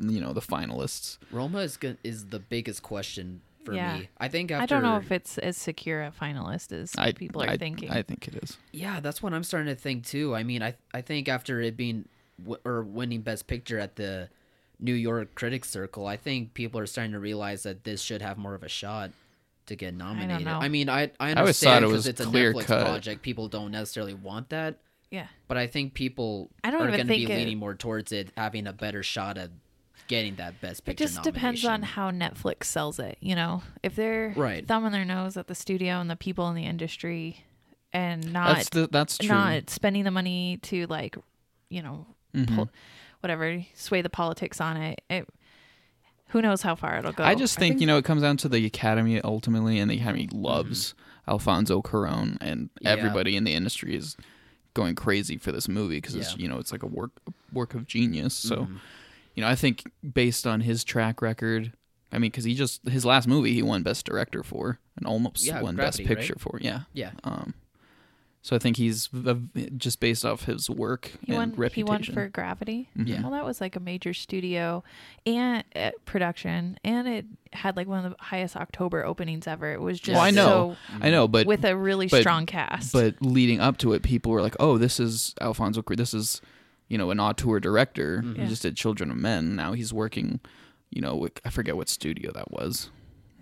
[SPEAKER 1] you know the finalists
[SPEAKER 4] Roma is go- is the biggest question for
[SPEAKER 3] Mm-hmm. Yeah.
[SPEAKER 4] me. I think after
[SPEAKER 3] I don't know if it's as secure a finalist as
[SPEAKER 1] I,
[SPEAKER 3] people are
[SPEAKER 1] I-
[SPEAKER 3] thinking.
[SPEAKER 1] i think it is
[SPEAKER 4] Yeah, that's what I'm starting to think too. I mean, I I think after it being w- or winning Best Picture at the New York Critics Circle, I think people are starting to realize that this should have more of a shot to get nominated. I,
[SPEAKER 3] know.
[SPEAKER 4] mean, I
[SPEAKER 1] I
[SPEAKER 4] I
[SPEAKER 1] always thought
[SPEAKER 4] understand
[SPEAKER 1] it
[SPEAKER 4] because
[SPEAKER 1] was
[SPEAKER 4] it's a
[SPEAKER 1] clear
[SPEAKER 4] Netflix
[SPEAKER 1] cut.
[SPEAKER 4] project. People don't necessarily want that,
[SPEAKER 3] yeah,
[SPEAKER 4] but I think people
[SPEAKER 3] I don't
[SPEAKER 4] are
[SPEAKER 3] even
[SPEAKER 4] going to be
[SPEAKER 3] think it-
[SPEAKER 4] leaning more towards it having a better shot at getting that Best
[SPEAKER 3] it
[SPEAKER 4] Picture.
[SPEAKER 3] just depends on
[SPEAKER 4] nomination.
[SPEAKER 3] how Netflix sells it. You know, if they're
[SPEAKER 4] Right.
[SPEAKER 3] thumbing their nose at the studio and the people in the industry, and not
[SPEAKER 1] that's the, that's true
[SPEAKER 3] not spending the money to like, you know,
[SPEAKER 1] Mm-hmm.
[SPEAKER 3] pol- whatever sway the politics on it. it. Who knows how far it'll go?
[SPEAKER 1] I just think, you know it comes down to the Academy ultimately, and the Academy loves Alfonso Cuarón, and
[SPEAKER 4] Mm-hmm. Yeah.
[SPEAKER 1] everybody in the industry is going crazy for this movie because it's
[SPEAKER 4] Yeah. Mm-hmm.
[SPEAKER 1] you know it's like a work work of genius. So, you know, I think based on his track record, I mean, because he just his last movie he won Best Director for, and almost
[SPEAKER 4] Yeah,
[SPEAKER 1] won Best
[SPEAKER 4] Gravity, right?
[SPEAKER 1] Picture for, yeah.
[SPEAKER 4] yeah.
[SPEAKER 1] Um, so I think he's v- just based off his work
[SPEAKER 3] He
[SPEAKER 1] and
[SPEAKER 3] won.
[SPEAKER 1] reputation. Mm-hmm.
[SPEAKER 3] He won for Gravity.
[SPEAKER 4] Yeah.
[SPEAKER 3] Well, that was like a major studio and uh, production, and it had like one of the highest October openings ever. It was just
[SPEAKER 1] well, I know,
[SPEAKER 3] so-
[SPEAKER 1] I know,
[SPEAKER 4] Mm-hmm.
[SPEAKER 1] but
[SPEAKER 3] with a really
[SPEAKER 1] but-
[SPEAKER 3] strong cast.
[SPEAKER 1] but leading up to it, people were like, "Oh, this is Alfonso. Cuar- This is, you know, an auteur director. He
[SPEAKER 3] Yeah.
[SPEAKER 4] Mm-hmm.
[SPEAKER 1] just did Children of Men. Now he's working, you know, with, I forget what studio that was,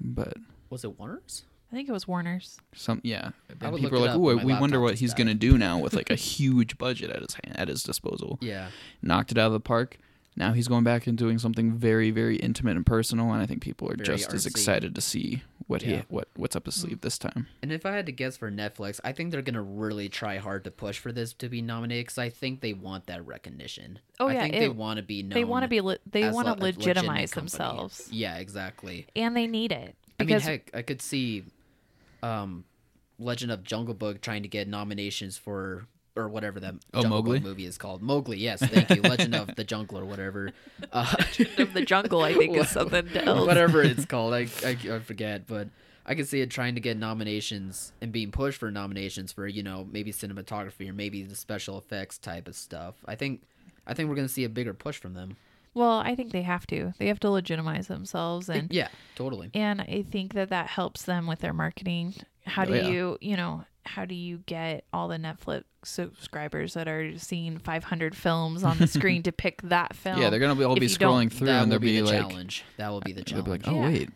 [SPEAKER 1] but
[SPEAKER 4] Was it Warner's?
[SPEAKER 3] I think it was Warner's.
[SPEAKER 1] some yeah.
[SPEAKER 4] I
[SPEAKER 1] And
[SPEAKER 4] would
[SPEAKER 1] people were
[SPEAKER 4] look it
[SPEAKER 1] like,
[SPEAKER 4] up,
[SPEAKER 1] "Oh,
[SPEAKER 4] but my
[SPEAKER 1] we wonder
[SPEAKER 4] laptop
[SPEAKER 1] what
[SPEAKER 4] is
[SPEAKER 1] he's
[SPEAKER 4] bad."
[SPEAKER 1] gonna do now with
[SPEAKER 4] <laughs>
[SPEAKER 1] like a huge budget at his hand, at his disposal."
[SPEAKER 4] Yeah.
[SPEAKER 1] Knocked it out of the park. Now he's going back and doing something very, very intimate and personal, and I think people are
[SPEAKER 4] Very
[SPEAKER 1] just as
[SPEAKER 4] artsy.
[SPEAKER 1] excited to see what he
[SPEAKER 4] Yeah. Mm-hmm.
[SPEAKER 1] what what's up his sleeve this time.
[SPEAKER 4] And if I had to guess for Netflix, I think they're gonna really try hard to push for this to be nominated because I think they want that recognition.
[SPEAKER 3] Oh,
[SPEAKER 4] I
[SPEAKER 3] yeah,
[SPEAKER 4] think they
[SPEAKER 3] it-
[SPEAKER 4] want to be known.
[SPEAKER 3] They want to be. Le- they
[SPEAKER 4] as
[SPEAKER 3] want
[SPEAKER 4] le-
[SPEAKER 3] to
[SPEAKER 4] a legitimate
[SPEAKER 3] legitimize
[SPEAKER 4] company.
[SPEAKER 3] themselves,
[SPEAKER 4] Yeah, exactly.
[SPEAKER 3] and they need it
[SPEAKER 4] I mean,
[SPEAKER 3] because
[SPEAKER 4] heck, I could see, um, Legend of Jungle Book trying to get nominations for or whatever that
[SPEAKER 1] Oh,
[SPEAKER 4] Jungle
[SPEAKER 1] Mowgli?
[SPEAKER 4] Book movie is called. Mowgli, yes, thank you. Legend of the Jungle
[SPEAKER 3] <laughs>
[SPEAKER 4] or whatever. Uh,
[SPEAKER 3] of <laughs> the jungle, I think,
[SPEAKER 1] <laughs>
[SPEAKER 3] is
[SPEAKER 4] Wha-
[SPEAKER 3] something else.
[SPEAKER 4] whatever it's called. I, I, I forget, but I could see it trying to get nominations and being pushed for nominations for you know maybe cinematography or maybe the special effects type of stuff. I think I think we're gonna see a bigger push from them.
[SPEAKER 3] Well, I think they have to. They have to legitimize themselves, and
[SPEAKER 4] Yeah, totally.
[SPEAKER 3] and I think that that helps them with their marketing. How do
[SPEAKER 1] Oh, yeah.
[SPEAKER 3] you, you know, how do you get all the Netflix subscribers that are seeing 500 films on
[SPEAKER 1] <laughs>
[SPEAKER 3] the screen to pick that film?
[SPEAKER 1] Yeah, they're gonna be all
[SPEAKER 3] If
[SPEAKER 1] be
[SPEAKER 3] you don't-
[SPEAKER 1] scrolling through,
[SPEAKER 4] that
[SPEAKER 1] and
[SPEAKER 4] will
[SPEAKER 1] they'll be
[SPEAKER 4] be, the
[SPEAKER 1] like,
[SPEAKER 4] challenge. That will be the
[SPEAKER 1] They'll
[SPEAKER 4] challenge.
[SPEAKER 1] be like, oh
[SPEAKER 3] Yeah.
[SPEAKER 1] wait,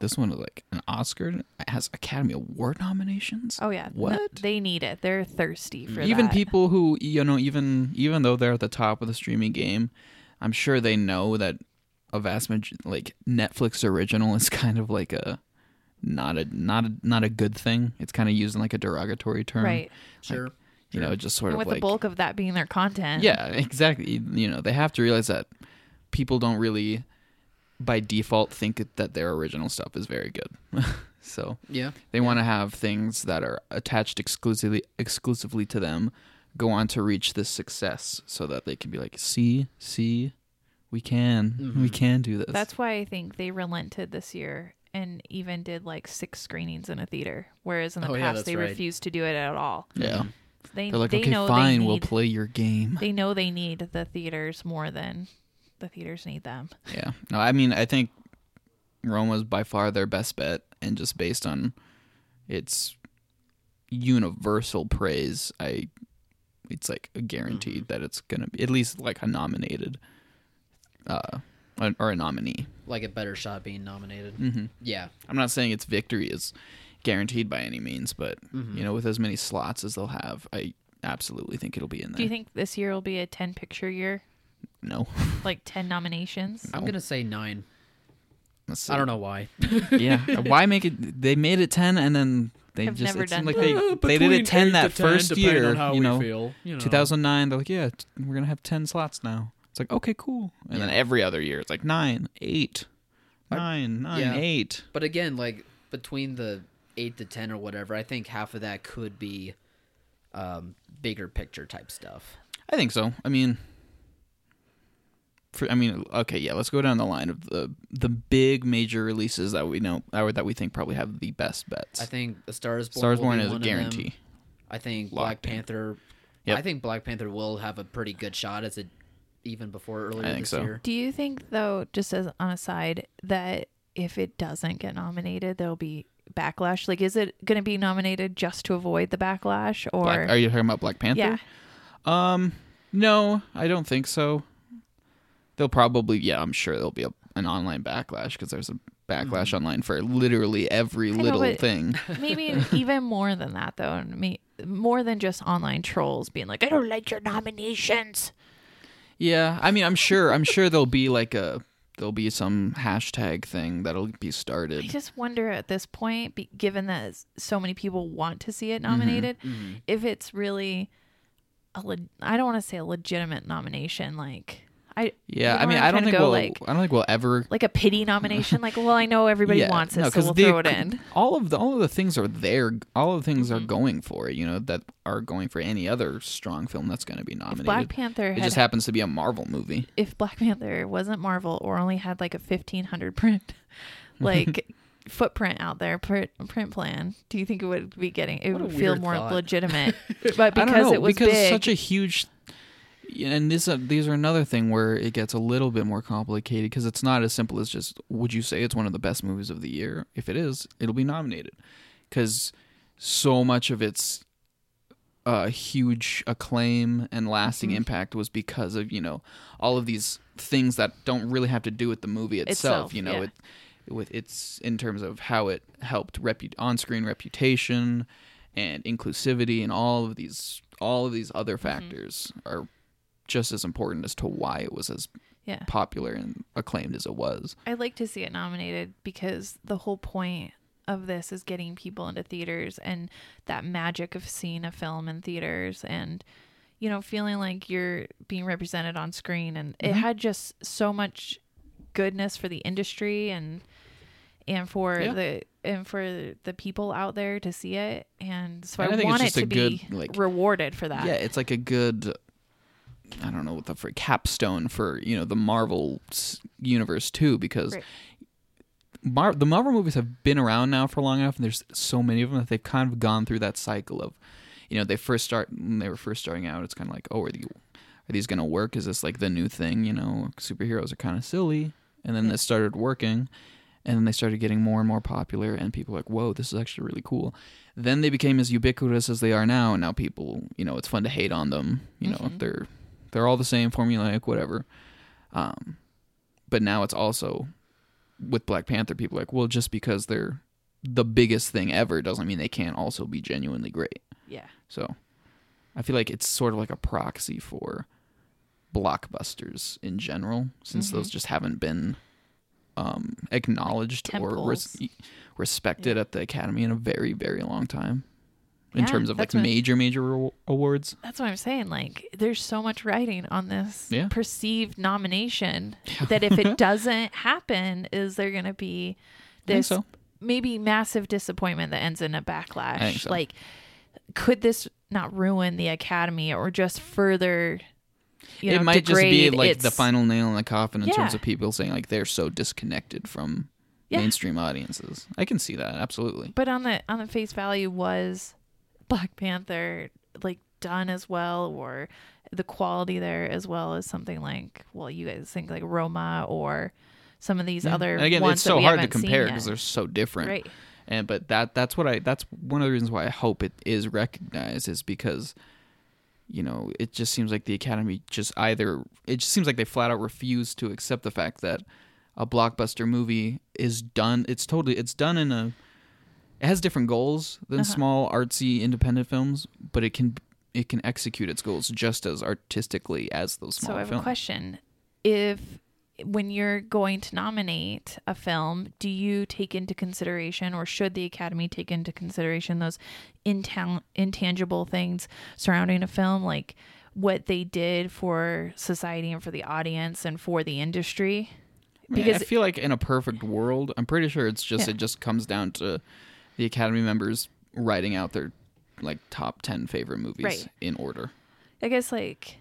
[SPEAKER 1] this one is like an Oscar has Academy Award nominations.
[SPEAKER 3] Oh yeah, No,
[SPEAKER 1] what?
[SPEAKER 3] they need it. They're thirsty for
[SPEAKER 1] even
[SPEAKER 3] that.
[SPEAKER 1] people who you know, even even though they're at the top of the streaming game, I'm sure they know that a vast maj- like Netflix original is <laughs> kind of like a not a not a not a good thing. It's kind of used in like a derogatory term,
[SPEAKER 3] right?
[SPEAKER 4] sure.
[SPEAKER 1] You know, just sort
[SPEAKER 3] And
[SPEAKER 1] of
[SPEAKER 3] with
[SPEAKER 1] like <laughs>
[SPEAKER 3] the bulk of that being their content,
[SPEAKER 1] yeah, exactly. You know, they have to realize that people don't really by default think that their original stuff is very good. <laughs> so
[SPEAKER 4] Yeah.
[SPEAKER 1] They want to have things that are attached exclusively exclusively to them go on to reach this success so that they can be like, see, see, we can. We can do this.
[SPEAKER 3] That's why I think they relented this year and even did like six screenings in a theater, whereas in the
[SPEAKER 4] Oh, yeah,
[SPEAKER 3] past
[SPEAKER 4] that's
[SPEAKER 3] they
[SPEAKER 4] right.
[SPEAKER 3] refused to do it at all.
[SPEAKER 1] yeah.
[SPEAKER 3] They
[SPEAKER 1] They're like,
[SPEAKER 3] they
[SPEAKER 1] okay,
[SPEAKER 3] know
[SPEAKER 1] fine,
[SPEAKER 3] they need,
[SPEAKER 1] we'll play your game.
[SPEAKER 3] They know they need the theaters more than the theaters need them.
[SPEAKER 1] Yeah. No, I mean, I think Roma's by far their best bet, and just based on its universal praise, I it's like guaranteed that it's gonna be at least like a nominated, uh, or- or a nominee. Mm-hmm.
[SPEAKER 4] like a better shot being nominated. Yeah,
[SPEAKER 1] I'm not saying its victory is guaranteed by any means, but
[SPEAKER 5] Mm-hmm.
[SPEAKER 1] you know, with as many slots as they'll have, I absolutely think it'll be in there.
[SPEAKER 3] Do you think this year will be a 10 picture year?
[SPEAKER 1] no, <laughs>
[SPEAKER 3] Like 10 nominations?
[SPEAKER 4] I'm gonna say nine.
[SPEAKER 1] Let's
[SPEAKER 4] I
[SPEAKER 1] see.
[SPEAKER 3] <laughs>
[SPEAKER 4] don't know why. <laughs>
[SPEAKER 1] yeah. Uh, Why make it? They made it ten, and then they
[SPEAKER 3] I've
[SPEAKER 1] just
[SPEAKER 3] never
[SPEAKER 1] it seemed
[SPEAKER 3] done
[SPEAKER 1] like they
[SPEAKER 5] Uh,
[SPEAKER 1] they did
[SPEAKER 5] between
[SPEAKER 1] it ten
[SPEAKER 5] eight
[SPEAKER 1] that
[SPEAKER 5] to 10,
[SPEAKER 1] first
[SPEAKER 5] depending
[SPEAKER 1] year.
[SPEAKER 5] on how
[SPEAKER 1] you,
[SPEAKER 5] we
[SPEAKER 1] know,
[SPEAKER 5] feel, you know.
[SPEAKER 1] 2009. They're like, yeah, t- we're gonna have ten slots now. It's like, okay, cool. And then every other year, it's like nine, eight, nine, nine, eight.
[SPEAKER 4] yeah. But again, like between the eight to ten or whatever, I think half of that could be um, bigger picture type stuff.
[SPEAKER 1] I think so. I mean, for, I mean, okay, yeah. Let's go down the line of the the big major releases that we know or that we think probably have the best bets.
[SPEAKER 4] I think A Star is Born.
[SPEAKER 1] Stars
[SPEAKER 4] will be
[SPEAKER 1] Born is
[SPEAKER 4] one
[SPEAKER 1] a
[SPEAKER 4] of them.
[SPEAKER 1] guarantee.
[SPEAKER 4] I think Black
[SPEAKER 1] Locked in.
[SPEAKER 4] Panther.
[SPEAKER 1] Yep.
[SPEAKER 4] I think Black Panther will have a pretty good shot as it even before earlier
[SPEAKER 1] think
[SPEAKER 4] this
[SPEAKER 1] so.
[SPEAKER 4] year.
[SPEAKER 3] Do you think, though, just as on a side, that if it doesn't get nominated, there'll be backlash? Like, is it going to be nominated just to avoid the backlash? Or,
[SPEAKER 1] Black, are you talking about Black Panther?
[SPEAKER 3] yeah,
[SPEAKER 1] Um, no, I don't think so. They'll probably, yeah, I'm sure there'll be a, an online backlash because there's a backlash
[SPEAKER 4] Mm-hmm.
[SPEAKER 1] online for literally every
[SPEAKER 3] know,
[SPEAKER 1] little
[SPEAKER 3] but- <laughs>
[SPEAKER 1] thing.
[SPEAKER 3] maybe
[SPEAKER 1] <laughs>
[SPEAKER 3] even more than that, though. and Me, more than just online trolls being like, I don't like your nominations.
[SPEAKER 1] Yeah, I mean, I'm sure, I'm sure there'll be like a there'll be some hashtag thing that'll be started.
[SPEAKER 3] I just wonder at this point, be, given that s- so many people want to see it
[SPEAKER 1] Mm-hmm,
[SPEAKER 3] nominated, if it's really a le- I don't want to say a legitimate nomination. Like I
[SPEAKER 1] yeah,
[SPEAKER 3] you know
[SPEAKER 1] I mean,
[SPEAKER 3] where
[SPEAKER 1] I
[SPEAKER 3] I'm
[SPEAKER 1] don't
[SPEAKER 3] trying to
[SPEAKER 1] think we'll,
[SPEAKER 3] go, like
[SPEAKER 1] I don't think we'll ever.
[SPEAKER 3] like a pity nomination. like well, I know everybody
[SPEAKER 1] <laughs> yeah,
[SPEAKER 3] wants it,
[SPEAKER 1] no,
[SPEAKER 3] so
[SPEAKER 1] 'cause
[SPEAKER 3] we'll
[SPEAKER 1] the-
[SPEAKER 3] throw it
[SPEAKER 1] <laughs>
[SPEAKER 3] in. Mm-hmm.
[SPEAKER 1] All of the all of the things are there. All of the things are going for it. You know that are going for any other strong film that's going to be nominated.
[SPEAKER 3] Black Panther
[SPEAKER 1] it
[SPEAKER 3] had
[SPEAKER 1] just happens to be a Marvel movie.
[SPEAKER 3] if Black Panther wasn't Marvel or only had like a fifteen
[SPEAKER 1] <laughs>
[SPEAKER 3] hundred print, like. Footprint out there, print, print plan. Do you think it would be getting? It
[SPEAKER 4] What a
[SPEAKER 3] would feel
[SPEAKER 4] weird
[SPEAKER 3] more
[SPEAKER 1] <laughs>
[SPEAKER 4] thought.
[SPEAKER 3] legitimate, but because
[SPEAKER 1] I don't know,
[SPEAKER 3] it was
[SPEAKER 1] because
[SPEAKER 3] big,
[SPEAKER 1] it's such a huge and this uh, these are another thing where it gets a little bit more complicated because it's not as simple as just would you say it's one of the best movies of the year if it is it'll be nominated because so much of its uh, huge acclaim and lasting impact was because of you know all of these things that don't really have to do with the movie itself,
[SPEAKER 3] Itself,
[SPEAKER 1] you know
[SPEAKER 3] yeah.
[SPEAKER 1] it with its in terms of how it helped repu- on-screen reputation and inclusivity and all of these all of these other factors are just as important as to why it was as
[SPEAKER 3] yeah.
[SPEAKER 1] popular and acclaimed as it was.
[SPEAKER 3] I like to see it nominated because the whole point of this is getting people into theaters and that magic of seeing a film in theaters and you know feeling like you're being represented on screen and
[SPEAKER 1] Mm-hmm.
[SPEAKER 3] it had just so much goodness for the industry and and for
[SPEAKER 1] Yeah.
[SPEAKER 3] the and for the people out there to see it and so
[SPEAKER 1] And I
[SPEAKER 3] I,
[SPEAKER 1] think it's
[SPEAKER 3] want it
[SPEAKER 1] just a
[SPEAKER 3] to be
[SPEAKER 1] good, like-
[SPEAKER 3] rewarded for that.
[SPEAKER 1] Yeah, it's like a good I don't know what the for capstone for, you know, the Marvel s- universe too because
[SPEAKER 3] Right.
[SPEAKER 1] Mar- the Marvel movies have been around now for long enough, and there's so many of them that they've kind of gone through that cycle of, you know, they first start when they were first starting out. It's kind of like, oh, are, the, are these gonna work? Is this like the new thing? You know, superheroes are kind of silly, and then this started working, and then they started getting more and more popular, and people were like, whoa, this is actually really cool. Then they became as ubiquitous as they are now, and now people, you know, it's fun to hate on them. You know, they're they're all the same formulaic, whatever. Um, but now it's also with Black Panther, people are like, well, just because they're the biggest thing ever doesn't mean they can't also be genuinely great.
[SPEAKER 3] Yeah.
[SPEAKER 1] So I feel like it's sort of like a proxy for blockbusters in general, since those
[SPEAKER 3] Mm-hmm.
[SPEAKER 1] just haven't been um, acknowledged or res-
[SPEAKER 3] temples.
[SPEAKER 1] respected at the Academy in a very, very long time. In
[SPEAKER 3] Yeah,
[SPEAKER 1] terms of like
[SPEAKER 3] that's what-
[SPEAKER 1] major, major awa- awards,
[SPEAKER 3] That's what I'm saying. Like, there's so much writing on this
[SPEAKER 1] Yeah.
[SPEAKER 3] perceived nomination that if
[SPEAKER 1] <laughs>
[SPEAKER 3] it doesn't happen, is there going to be
[SPEAKER 1] think
[SPEAKER 3] this
[SPEAKER 1] so.
[SPEAKER 3] maybe massive disappointment that ends in a backlash?
[SPEAKER 1] think so.
[SPEAKER 3] Like, could this not ruin the academy or just further? You
[SPEAKER 1] it
[SPEAKER 3] know,
[SPEAKER 1] might just be
[SPEAKER 3] degrade
[SPEAKER 1] like the
[SPEAKER 3] its-
[SPEAKER 1] final nail in the coffin in terms
[SPEAKER 3] Yeah.
[SPEAKER 1] of people saying like they're so disconnected from
[SPEAKER 3] Yeah.
[SPEAKER 1] mainstream audiences. I can see that absolutely.
[SPEAKER 3] But on the on the face value, was Black Panther like done as well, or the quality there as well as something like well, you guys think like Roma or some of these other
[SPEAKER 1] Mm-hmm. and again,
[SPEAKER 3] ones
[SPEAKER 1] it's
[SPEAKER 3] that
[SPEAKER 1] so
[SPEAKER 3] we
[SPEAKER 1] hard to
[SPEAKER 3] haven't seen
[SPEAKER 1] compare
[SPEAKER 3] yet.
[SPEAKER 1] because they're so different.
[SPEAKER 3] Right.
[SPEAKER 1] And but that that's what I that's one of the reasons why I hope it is recognized is because you know it just seems like the Academy just either it just seems like they flat out refuse to accept the fact that a blockbuster movie is done. It's totally it's done in a it has different goals than
[SPEAKER 3] Uh-huh.
[SPEAKER 1] small artsy independent films, but it can it can execute its goals just as artistically as those
[SPEAKER 3] So
[SPEAKER 1] small
[SPEAKER 3] I have a
[SPEAKER 1] films.
[SPEAKER 3] question. If when you're going to nominate a film, do you take into consideration or should the academy take into consideration those intan- intangible things surrounding a film like what they did for society and for the audience and for the industry?
[SPEAKER 1] because I feel like in a perfect world, I'm pretty sure it's just it just comes down to the Academy members writing out their like top ten favorite movies
[SPEAKER 3] Right.
[SPEAKER 1] in order.
[SPEAKER 3] I guess like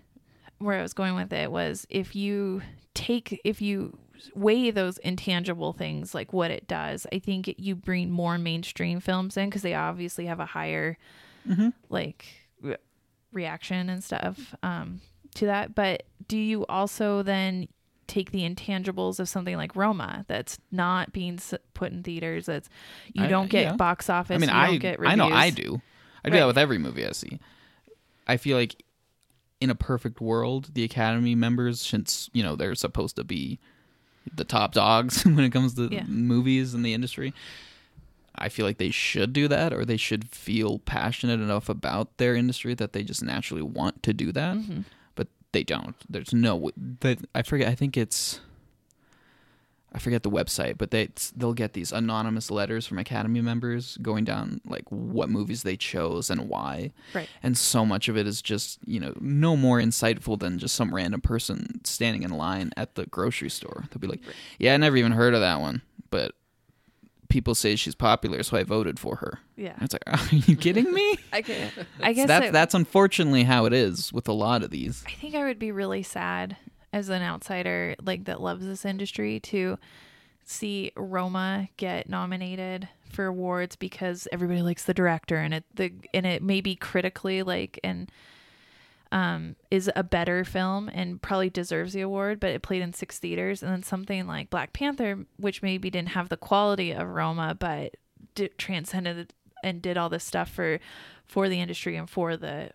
[SPEAKER 3] where I was going with it was if you take if you weigh those intangible things like what it does, I think you bring more mainstream films in because they obviously have a higher
[SPEAKER 1] Mm-hmm.
[SPEAKER 3] like re- reaction and stuff um, to that. But do you also then take the intangibles of something like Roma that's not being s- put in theaters? That's you
[SPEAKER 1] I-
[SPEAKER 3] don't get
[SPEAKER 1] yeah.
[SPEAKER 3] box office.
[SPEAKER 1] I mean,
[SPEAKER 3] you
[SPEAKER 1] I
[SPEAKER 3] don't get
[SPEAKER 1] I know I
[SPEAKER 3] reviews.
[SPEAKER 1] do. I do
[SPEAKER 3] Right.
[SPEAKER 1] that with every movie I see. I feel like in a perfect world, the Academy members, since you know they're supposed to be the top dogs <laughs> when it comes to
[SPEAKER 3] Yeah.
[SPEAKER 1] movies and the industry. I feel like they should do that, or they should feel passionate enough about their industry that they just naturally want to do that. But they don't. There's no. That I forget. I think it's. I forget the website, but they they'll get these anonymous letters from Academy members going down like what movies they chose and why.
[SPEAKER 3] Right.
[SPEAKER 1] And so much of it is just you know no more insightful than just some random person standing in line at the grocery store. They'll be like, "Yeah, I never even heard of that one, but people say she's popular, so I voted for her."
[SPEAKER 3] Yeah.
[SPEAKER 1] And it's like, <laughs> are you kidding me?
[SPEAKER 3] I could. I
[SPEAKER 1] So
[SPEAKER 3] guess
[SPEAKER 1] that's
[SPEAKER 3] it-
[SPEAKER 1] that's unfortunately how it is with a lot of these.
[SPEAKER 3] I think I would be really sad as an outsider, like that loves this industry, to see Roma get nominated for awards because everybody likes the director and it the and it maybe critically like and um is a better film and probably deserves the award, but it played in six theaters and then something like Black Panther, which maybe didn't have the quality of Roma, but d- transcended and did all this stuff for for the industry and for the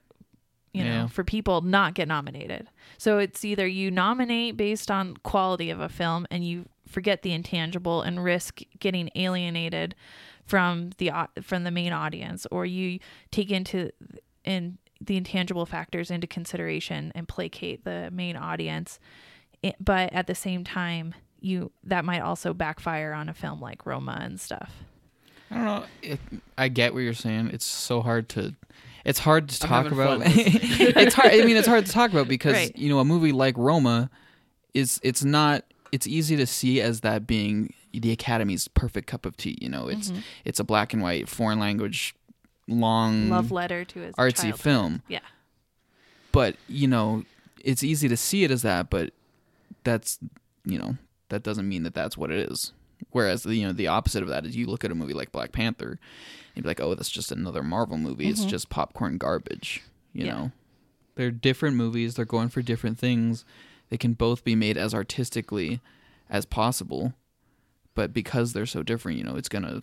[SPEAKER 3] you know
[SPEAKER 1] Yeah.
[SPEAKER 3] for people not get nominated so it's either you nominate based on quality of a film and you forget the intangible and risk getting alienated from the au- from the main audience or you take into in the intangible factors into consideration and placate the main audience I- but at the same time you that might also backfire on a film like Roma and stuff
[SPEAKER 1] I don't know. It, I get what you're saying. It's so hard to. It's hard to
[SPEAKER 4] I'm
[SPEAKER 1] talk
[SPEAKER 4] having
[SPEAKER 1] about.
[SPEAKER 4] fun
[SPEAKER 1] <laughs> it's hard. I mean, it's hard to talk about because
[SPEAKER 3] Right.
[SPEAKER 1] you know a movie like Roma is. It's not. It's easy to see as that being the Academy's perfect cup of tea. You know,
[SPEAKER 3] Mm-hmm.
[SPEAKER 1] it's it's a black and white foreign language, long
[SPEAKER 3] love letter to his
[SPEAKER 1] Mm-hmm. artsy
[SPEAKER 3] child.
[SPEAKER 1] film.
[SPEAKER 3] yeah
[SPEAKER 1] But you know, it's easy to see it as that. But that's you know that doesn't mean that that's what it is. Whereas you know the opposite of that is you look at a movie like Black Panther, and be like, oh, that's just another Marvel movie. It's just popcorn garbage. You
[SPEAKER 3] Yeah.
[SPEAKER 1] know, they're different movies. They're going for different things. They can both be made as artistically as possible, but because they're so different, you know, it's gonna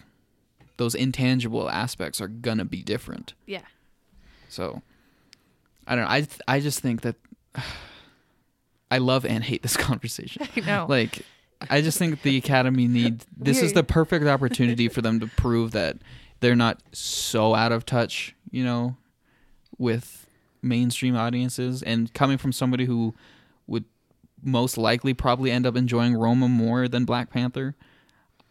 [SPEAKER 1] those intangible aspects are gonna be different.
[SPEAKER 3] yeah
[SPEAKER 1] So I don't know. I th- I just think that <sighs> I love and hate this <laughs> conversation.
[SPEAKER 3] <laughs> <laughs> I know.
[SPEAKER 1] Like I just think the academy need this is
[SPEAKER 3] Weird.
[SPEAKER 1] the perfect opportunity for them to prove that they're not so out of touch, you know, with mainstream audiences and coming from somebody who would most likely probably end up enjoying Roma more than Black Panther.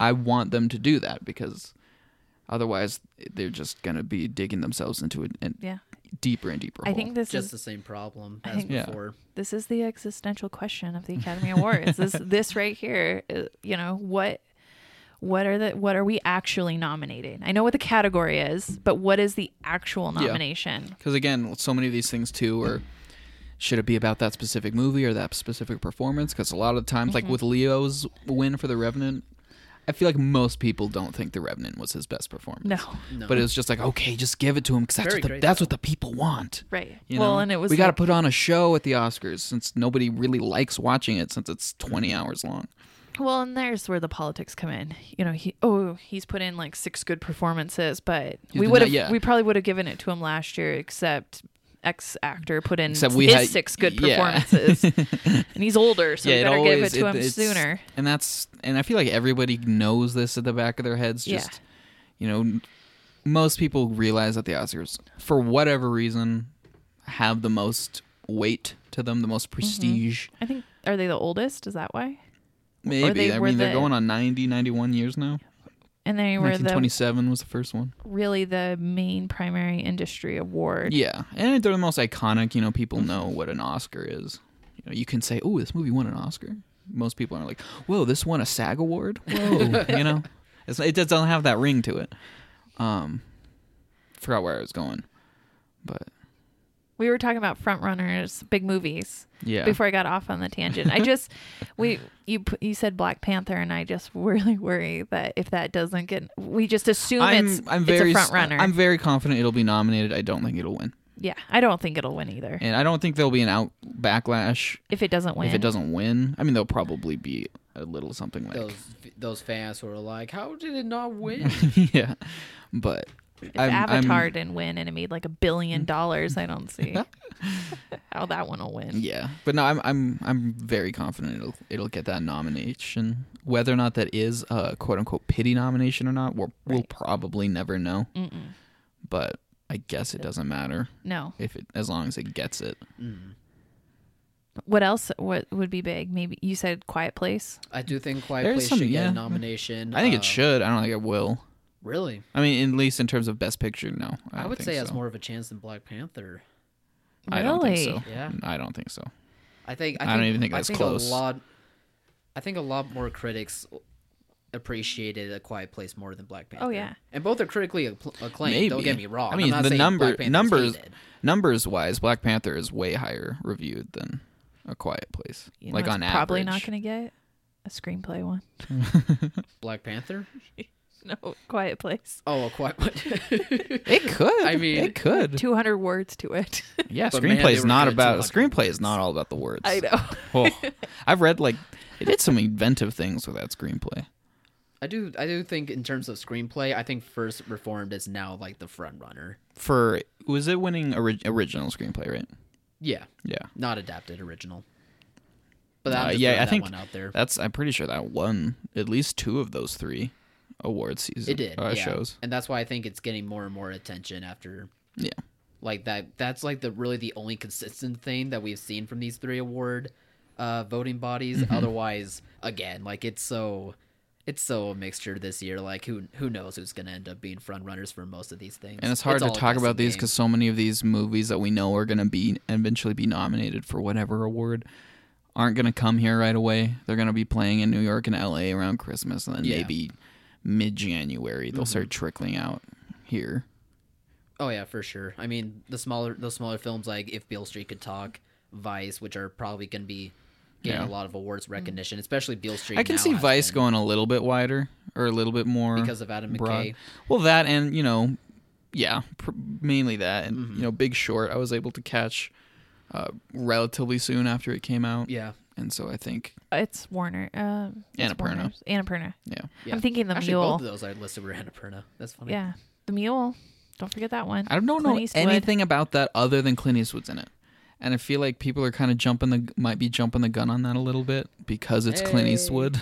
[SPEAKER 1] I want them to do that because otherwise they're just going to be digging themselves into it and
[SPEAKER 3] yeah
[SPEAKER 1] deeper and deeper.
[SPEAKER 3] I
[SPEAKER 1] hole.
[SPEAKER 3] think this
[SPEAKER 4] Just
[SPEAKER 3] is
[SPEAKER 4] the same problem
[SPEAKER 3] I
[SPEAKER 4] as
[SPEAKER 3] think-
[SPEAKER 1] Yeah.
[SPEAKER 4] before.
[SPEAKER 3] this is the existential question
[SPEAKER 1] <laughs>
[SPEAKER 3] of the Academy Awards. this this right here, is, you know what what are the what are we actually nominating? I know what the category is, but what is the actual nomination?
[SPEAKER 1] because again, so many of these things too are should it be about that specific movie or that specific performance? Because a lot of times,
[SPEAKER 3] Mm-hmm.
[SPEAKER 1] like with Leo's win for The Revenant, I feel like most people don't think The Revenant was his best performance.
[SPEAKER 3] No,
[SPEAKER 4] No.
[SPEAKER 1] But it was just like, okay, just give it to him because that's
[SPEAKER 4] Very
[SPEAKER 1] what the,
[SPEAKER 4] great,
[SPEAKER 1] that's what the people want.
[SPEAKER 3] right.
[SPEAKER 1] You
[SPEAKER 3] well,
[SPEAKER 1] know?
[SPEAKER 3] and it was
[SPEAKER 1] we got to
[SPEAKER 3] like-
[SPEAKER 1] put on a show at the Oscars since nobody really likes watching it since it's twenty hours long.
[SPEAKER 3] Well, and there's where the politics come in. You know, he oh he's put in like six good performances, but
[SPEAKER 1] You
[SPEAKER 3] we
[SPEAKER 1] did
[SPEAKER 3] would
[SPEAKER 1] not- yeah.
[SPEAKER 3] have we probably would have given it to him last year, except ex actor put in
[SPEAKER 1] Except we
[SPEAKER 3] his
[SPEAKER 1] had-
[SPEAKER 3] six good
[SPEAKER 1] yeah. <laughs>
[SPEAKER 3] performances, and he's older, so
[SPEAKER 1] yeah,
[SPEAKER 3] we
[SPEAKER 1] it
[SPEAKER 3] better
[SPEAKER 1] always
[SPEAKER 3] give it to him
[SPEAKER 1] it's-
[SPEAKER 3] sooner.
[SPEAKER 1] And that's and I feel like everybody knows this at the back of their heads.
[SPEAKER 3] Yeah.
[SPEAKER 1] Just you know, n- most people realize that the Oscars, for whatever reason, have the most weight to them, the
[SPEAKER 3] Mm-hmm.
[SPEAKER 1] most prestige.
[SPEAKER 3] I think are they the oldest? Is that why?
[SPEAKER 1] Maybe
[SPEAKER 3] they
[SPEAKER 1] I
[SPEAKER 3] were
[SPEAKER 1] mean they're
[SPEAKER 3] the-
[SPEAKER 1] going on 90, 91 years now.
[SPEAKER 3] And they were
[SPEAKER 1] Nineteen
[SPEAKER 3] the
[SPEAKER 1] twenty-seven was the first one.
[SPEAKER 3] really the main primary industry award.
[SPEAKER 1] Yeah, and they're the most iconic. You know, people
[SPEAKER 3] Mm-hmm.
[SPEAKER 1] know what an Oscar is. You know, you can say, "Oh, this movie won an Oscar." Most people are like, "Whoa, this won a SAG award." Whoa, you
[SPEAKER 3] <laughs>
[SPEAKER 1] know, it's, it just doesn't have that ring to it. Um, forgot where I was going, but
[SPEAKER 3] We were talking about front runners, big movies.
[SPEAKER 1] yeah,
[SPEAKER 3] before I got off on the tangent.
[SPEAKER 1] <laughs>
[SPEAKER 3] I just we you p- you said Black Panther, and I just really worry that if that doesn't get, we just assume it's it's a front runner.
[SPEAKER 1] I'm very confident it'll be nominated. I don't think it'll win,
[SPEAKER 3] yeah, I don't think it'll win either.
[SPEAKER 1] and I don't think there'll be an out backlash
[SPEAKER 3] If it doesn't win,
[SPEAKER 1] if it doesn't win. I mean, there'll probably be a little something like
[SPEAKER 4] Those those fans who are like, how did it not win?
[SPEAKER 1] <laughs> yeah, but
[SPEAKER 3] if Avatar didn't win and it made like a
[SPEAKER 1] Mm.
[SPEAKER 3] billion dollars, I
[SPEAKER 1] <laughs>
[SPEAKER 3] don't see how that one will win.
[SPEAKER 1] Yeah, but no, I'm I'm I'm very confident it'll it'll get that nomination. Whether or not that is a quote unquote pity nomination or not, we'll, we'll probably never know. But I guess it doesn't matter
[SPEAKER 3] No,
[SPEAKER 1] if it as long as it gets it.
[SPEAKER 3] what else? What would be big? Maybe you said Quiet Place.
[SPEAKER 4] I do think Quiet
[SPEAKER 1] There's
[SPEAKER 4] Place
[SPEAKER 1] some-
[SPEAKER 4] should get
[SPEAKER 1] yeah.
[SPEAKER 4] a nomination.
[SPEAKER 1] I think
[SPEAKER 4] Uh,
[SPEAKER 1] it should. I don't think it will.
[SPEAKER 4] Really,
[SPEAKER 1] I mean, at least in terms of best picture, no. I,
[SPEAKER 4] I,
[SPEAKER 1] don't
[SPEAKER 4] would
[SPEAKER 1] think
[SPEAKER 4] say it
[SPEAKER 1] so.
[SPEAKER 4] has more of a chance than Black Panther.
[SPEAKER 1] I don't think
[SPEAKER 3] Really?
[SPEAKER 1] so.
[SPEAKER 4] Yeah.
[SPEAKER 1] I don't think so.
[SPEAKER 4] I think I,
[SPEAKER 1] I don't even think
[SPEAKER 4] I
[SPEAKER 1] that's
[SPEAKER 4] think
[SPEAKER 1] close.
[SPEAKER 4] A lot, I think a lot more critics appreciated A Quiet Place more than Black Panther.
[SPEAKER 3] yeah.
[SPEAKER 4] and both are critically accl- acclaimed.
[SPEAKER 1] Maybe.
[SPEAKER 4] Don't get me wrong.
[SPEAKER 1] I
[SPEAKER 4] I'm
[SPEAKER 1] mean,
[SPEAKER 4] not
[SPEAKER 1] the
[SPEAKER 4] saying
[SPEAKER 1] number
[SPEAKER 4] Black Panther's
[SPEAKER 1] numbers
[SPEAKER 4] hated.
[SPEAKER 1] numbers wise, Black Panther is way higher reviewed than A Quiet Place.
[SPEAKER 3] You know
[SPEAKER 1] like
[SPEAKER 3] it's
[SPEAKER 1] on
[SPEAKER 3] probably
[SPEAKER 1] average.
[SPEAKER 3] not going to get a screenplay one.
[SPEAKER 4] Black Panther.
[SPEAKER 3] No, <laughs> Quiet Place.
[SPEAKER 4] Oh, A Quiet.
[SPEAKER 1] It could.
[SPEAKER 4] I mean-
[SPEAKER 1] it
[SPEAKER 4] <laughs>
[SPEAKER 1] could.
[SPEAKER 3] Two hundred words to it. <laughs>
[SPEAKER 1] Yeah,
[SPEAKER 4] But man,
[SPEAKER 1] screenplay
[SPEAKER 4] they
[SPEAKER 1] is
[SPEAKER 4] were
[SPEAKER 1] not
[SPEAKER 4] good at
[SPEAKER 1] about
[SPEAKER 4] 200
[SPEAKER 1] screenplay is not all about the words. <laughs>
[SPEAKER 3] I know.
[SPEAKER 1] Oh,
[SPEAKER 4] <laughs>
[SPEAKER 1] I've read like they did some inventive things with that screenplay.
[SPEAKER 4] <laughs> I do. I do think in terms of screenplay, I think First Reformed is now like the front runner.
[SPEAKER 1] For was it winning ori- original screenplay, right?
[SPEAKER 4] Yeah,
[SPEAKER 1] Yeah.
[SPEAKER 4] not adapted original. But I'm
[SPEAKER 1] Uh,
[SPEAKER 4] just
[SPEAKER 1] yeah,
[SPEAKER 4] throwing
[SPEAKER 1] I
[SPEAKER 4] that
[SPEAKER 1] think
[SPEAKER 4] one out there.
[SPEAKER 1] That's I'm pretty sure that won at least two of those three award season
[SPEAKER 4] It did.
[SPEAKER 1] uh,
[SPEAKER 4] yeah.
[SPEAKER 1] shows.
[SPEAKER 4] And that's why I think it's getting more and more attention after
[SPEAKER 1] Yeah.
[SPEAKER 4] like that that's like the really the only consistent thing that we've seen from these three award uh voting bodies.
[SPEAKER 1] Mm-hmm.
[SPEAKER 4] Otherwise, again, like it's so it's so a mixture this year. Like who who knows who's gonna end up being front runners for most of these things.
[SPEAKER 1] And it's hard
[SPEAKER 4] all
[SPEAKER 1] to
[SPEAKER 4] a
[SPEAKER 1] talk about
[SPEAKER 4] guessing
[SPEAKER 1] these
[SPEAKER 4] game.
[SPEAKER 1] because so many of these movies that we know are going to be eventually be nominated for whatever award aren't going to come here right away. They're going to be playing in New York and LA around Christmas, and then
[SPEAKER 4] Yeah. Mm-hmm.
[SPEAKER 1] maybe mid January they'll start trickling out here.
[SPEAKER 4] Oh yeah, for sure. I mean, the smaller the smaller films like If Beale Street Could Talk, Vice, which are probably going to be getting
[SPEAKER 1] Yeah. Mm-hmm.
[SPEAKER 4] a lot of awards recognition, especially Beale Street.
[SPEAKER 1] I can
[SPEAKER 4] now
[SPEAKER 1] see
[SPEAKER 4] has
[SPEAKER 1] Vice
[SPEAKER 4] been,
[SPEAKER 1] going a little bit wider or a little bit more
[SPEAKER 4] because of Adam
[SPEAKER 1] broad.
[SPEAKER 4] McKay.
[SPEAKER 1] Well, that and you know, yeah, pr- mainly that and
[SPEAKER 4] Mm-hmm.
[SPEAKER 1] you know, Big Short. I was able to catch uh, relatively soon after it came out,
[SPEAKER 4] Yeah,
[SPEAKER 1] and so I think
[SPEAKER 3] It's Warner. Um, it's
[SPEAKER 1] Annapurna.
[SPEAKER 3] Warner's- Annapurna.
[SPEAKER 1] yeah,
[SPEAKER 4] Yeah.
[SPEAKER 3] I'm thinking the
[SPEAKER 4] actually,
[SPEAKER 3] mule.
[SPEAKER 4] both of those I listed were Annapurna. That's funny.
[SPEAKER 3] yeah, the mule. Don't forget that one.
[SPEAKER 1] I don't know
[SPEAKER 3] Clint Eastwood.
[SPEAKER 1] anything about that other than Clint Eastwood's in it. And I feel like people are kind of jumping the might be jumping the gun on that a little bit because it's Clint
[SPEAKER 3] <laughs>
[SPEAKER 1] Eastwood.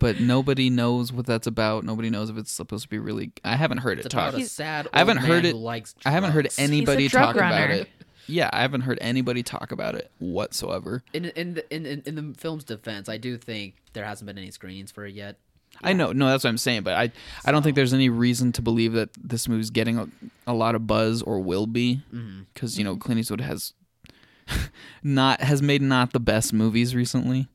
[SPEAKER 1] but nobody knows what that's about. Nobody knows if it's supposed to be really. I haven't heard
[SPEAKER 4] It's
[SPEAKER 1] it
[SPEAKER 4] about
[SPEAKER 1] talked.
[SPEAKER 4] a sad. Old
[SPEAKER 1] I haven't
[SPEAKER 4] man
[SPEAKER 1] heard
[SPEAKER 4] who
[SPEAKER 1] it-
[SPEAKER 4] Likes
[SPEAKER 1] I haven't heard
[SPEAKER 4] drugs.
[SPEAKER 1] anybody
[SPEAKER 3] drug
[SPEAKER 1] talk about
[SPEAKER 3] runner.
[SPEAKER 1] it. Yeah, I haven't heard anybody talk about it whatsoever.
[SPEAKER 4] In in the, in, in in the film's defense, I do think there hasn't been any screenings for it yet.
[SPEAKER 1] I know, no, that's what I'm saying, but I, I don't think there's any reason to believe that this movie's getting a, a lot of buzz or will be,
[SPEAKER 4] Mm-hmm.
[SPEAKER 1] because you know Clint Eastwood has <laughs> not has made not the best movies recently.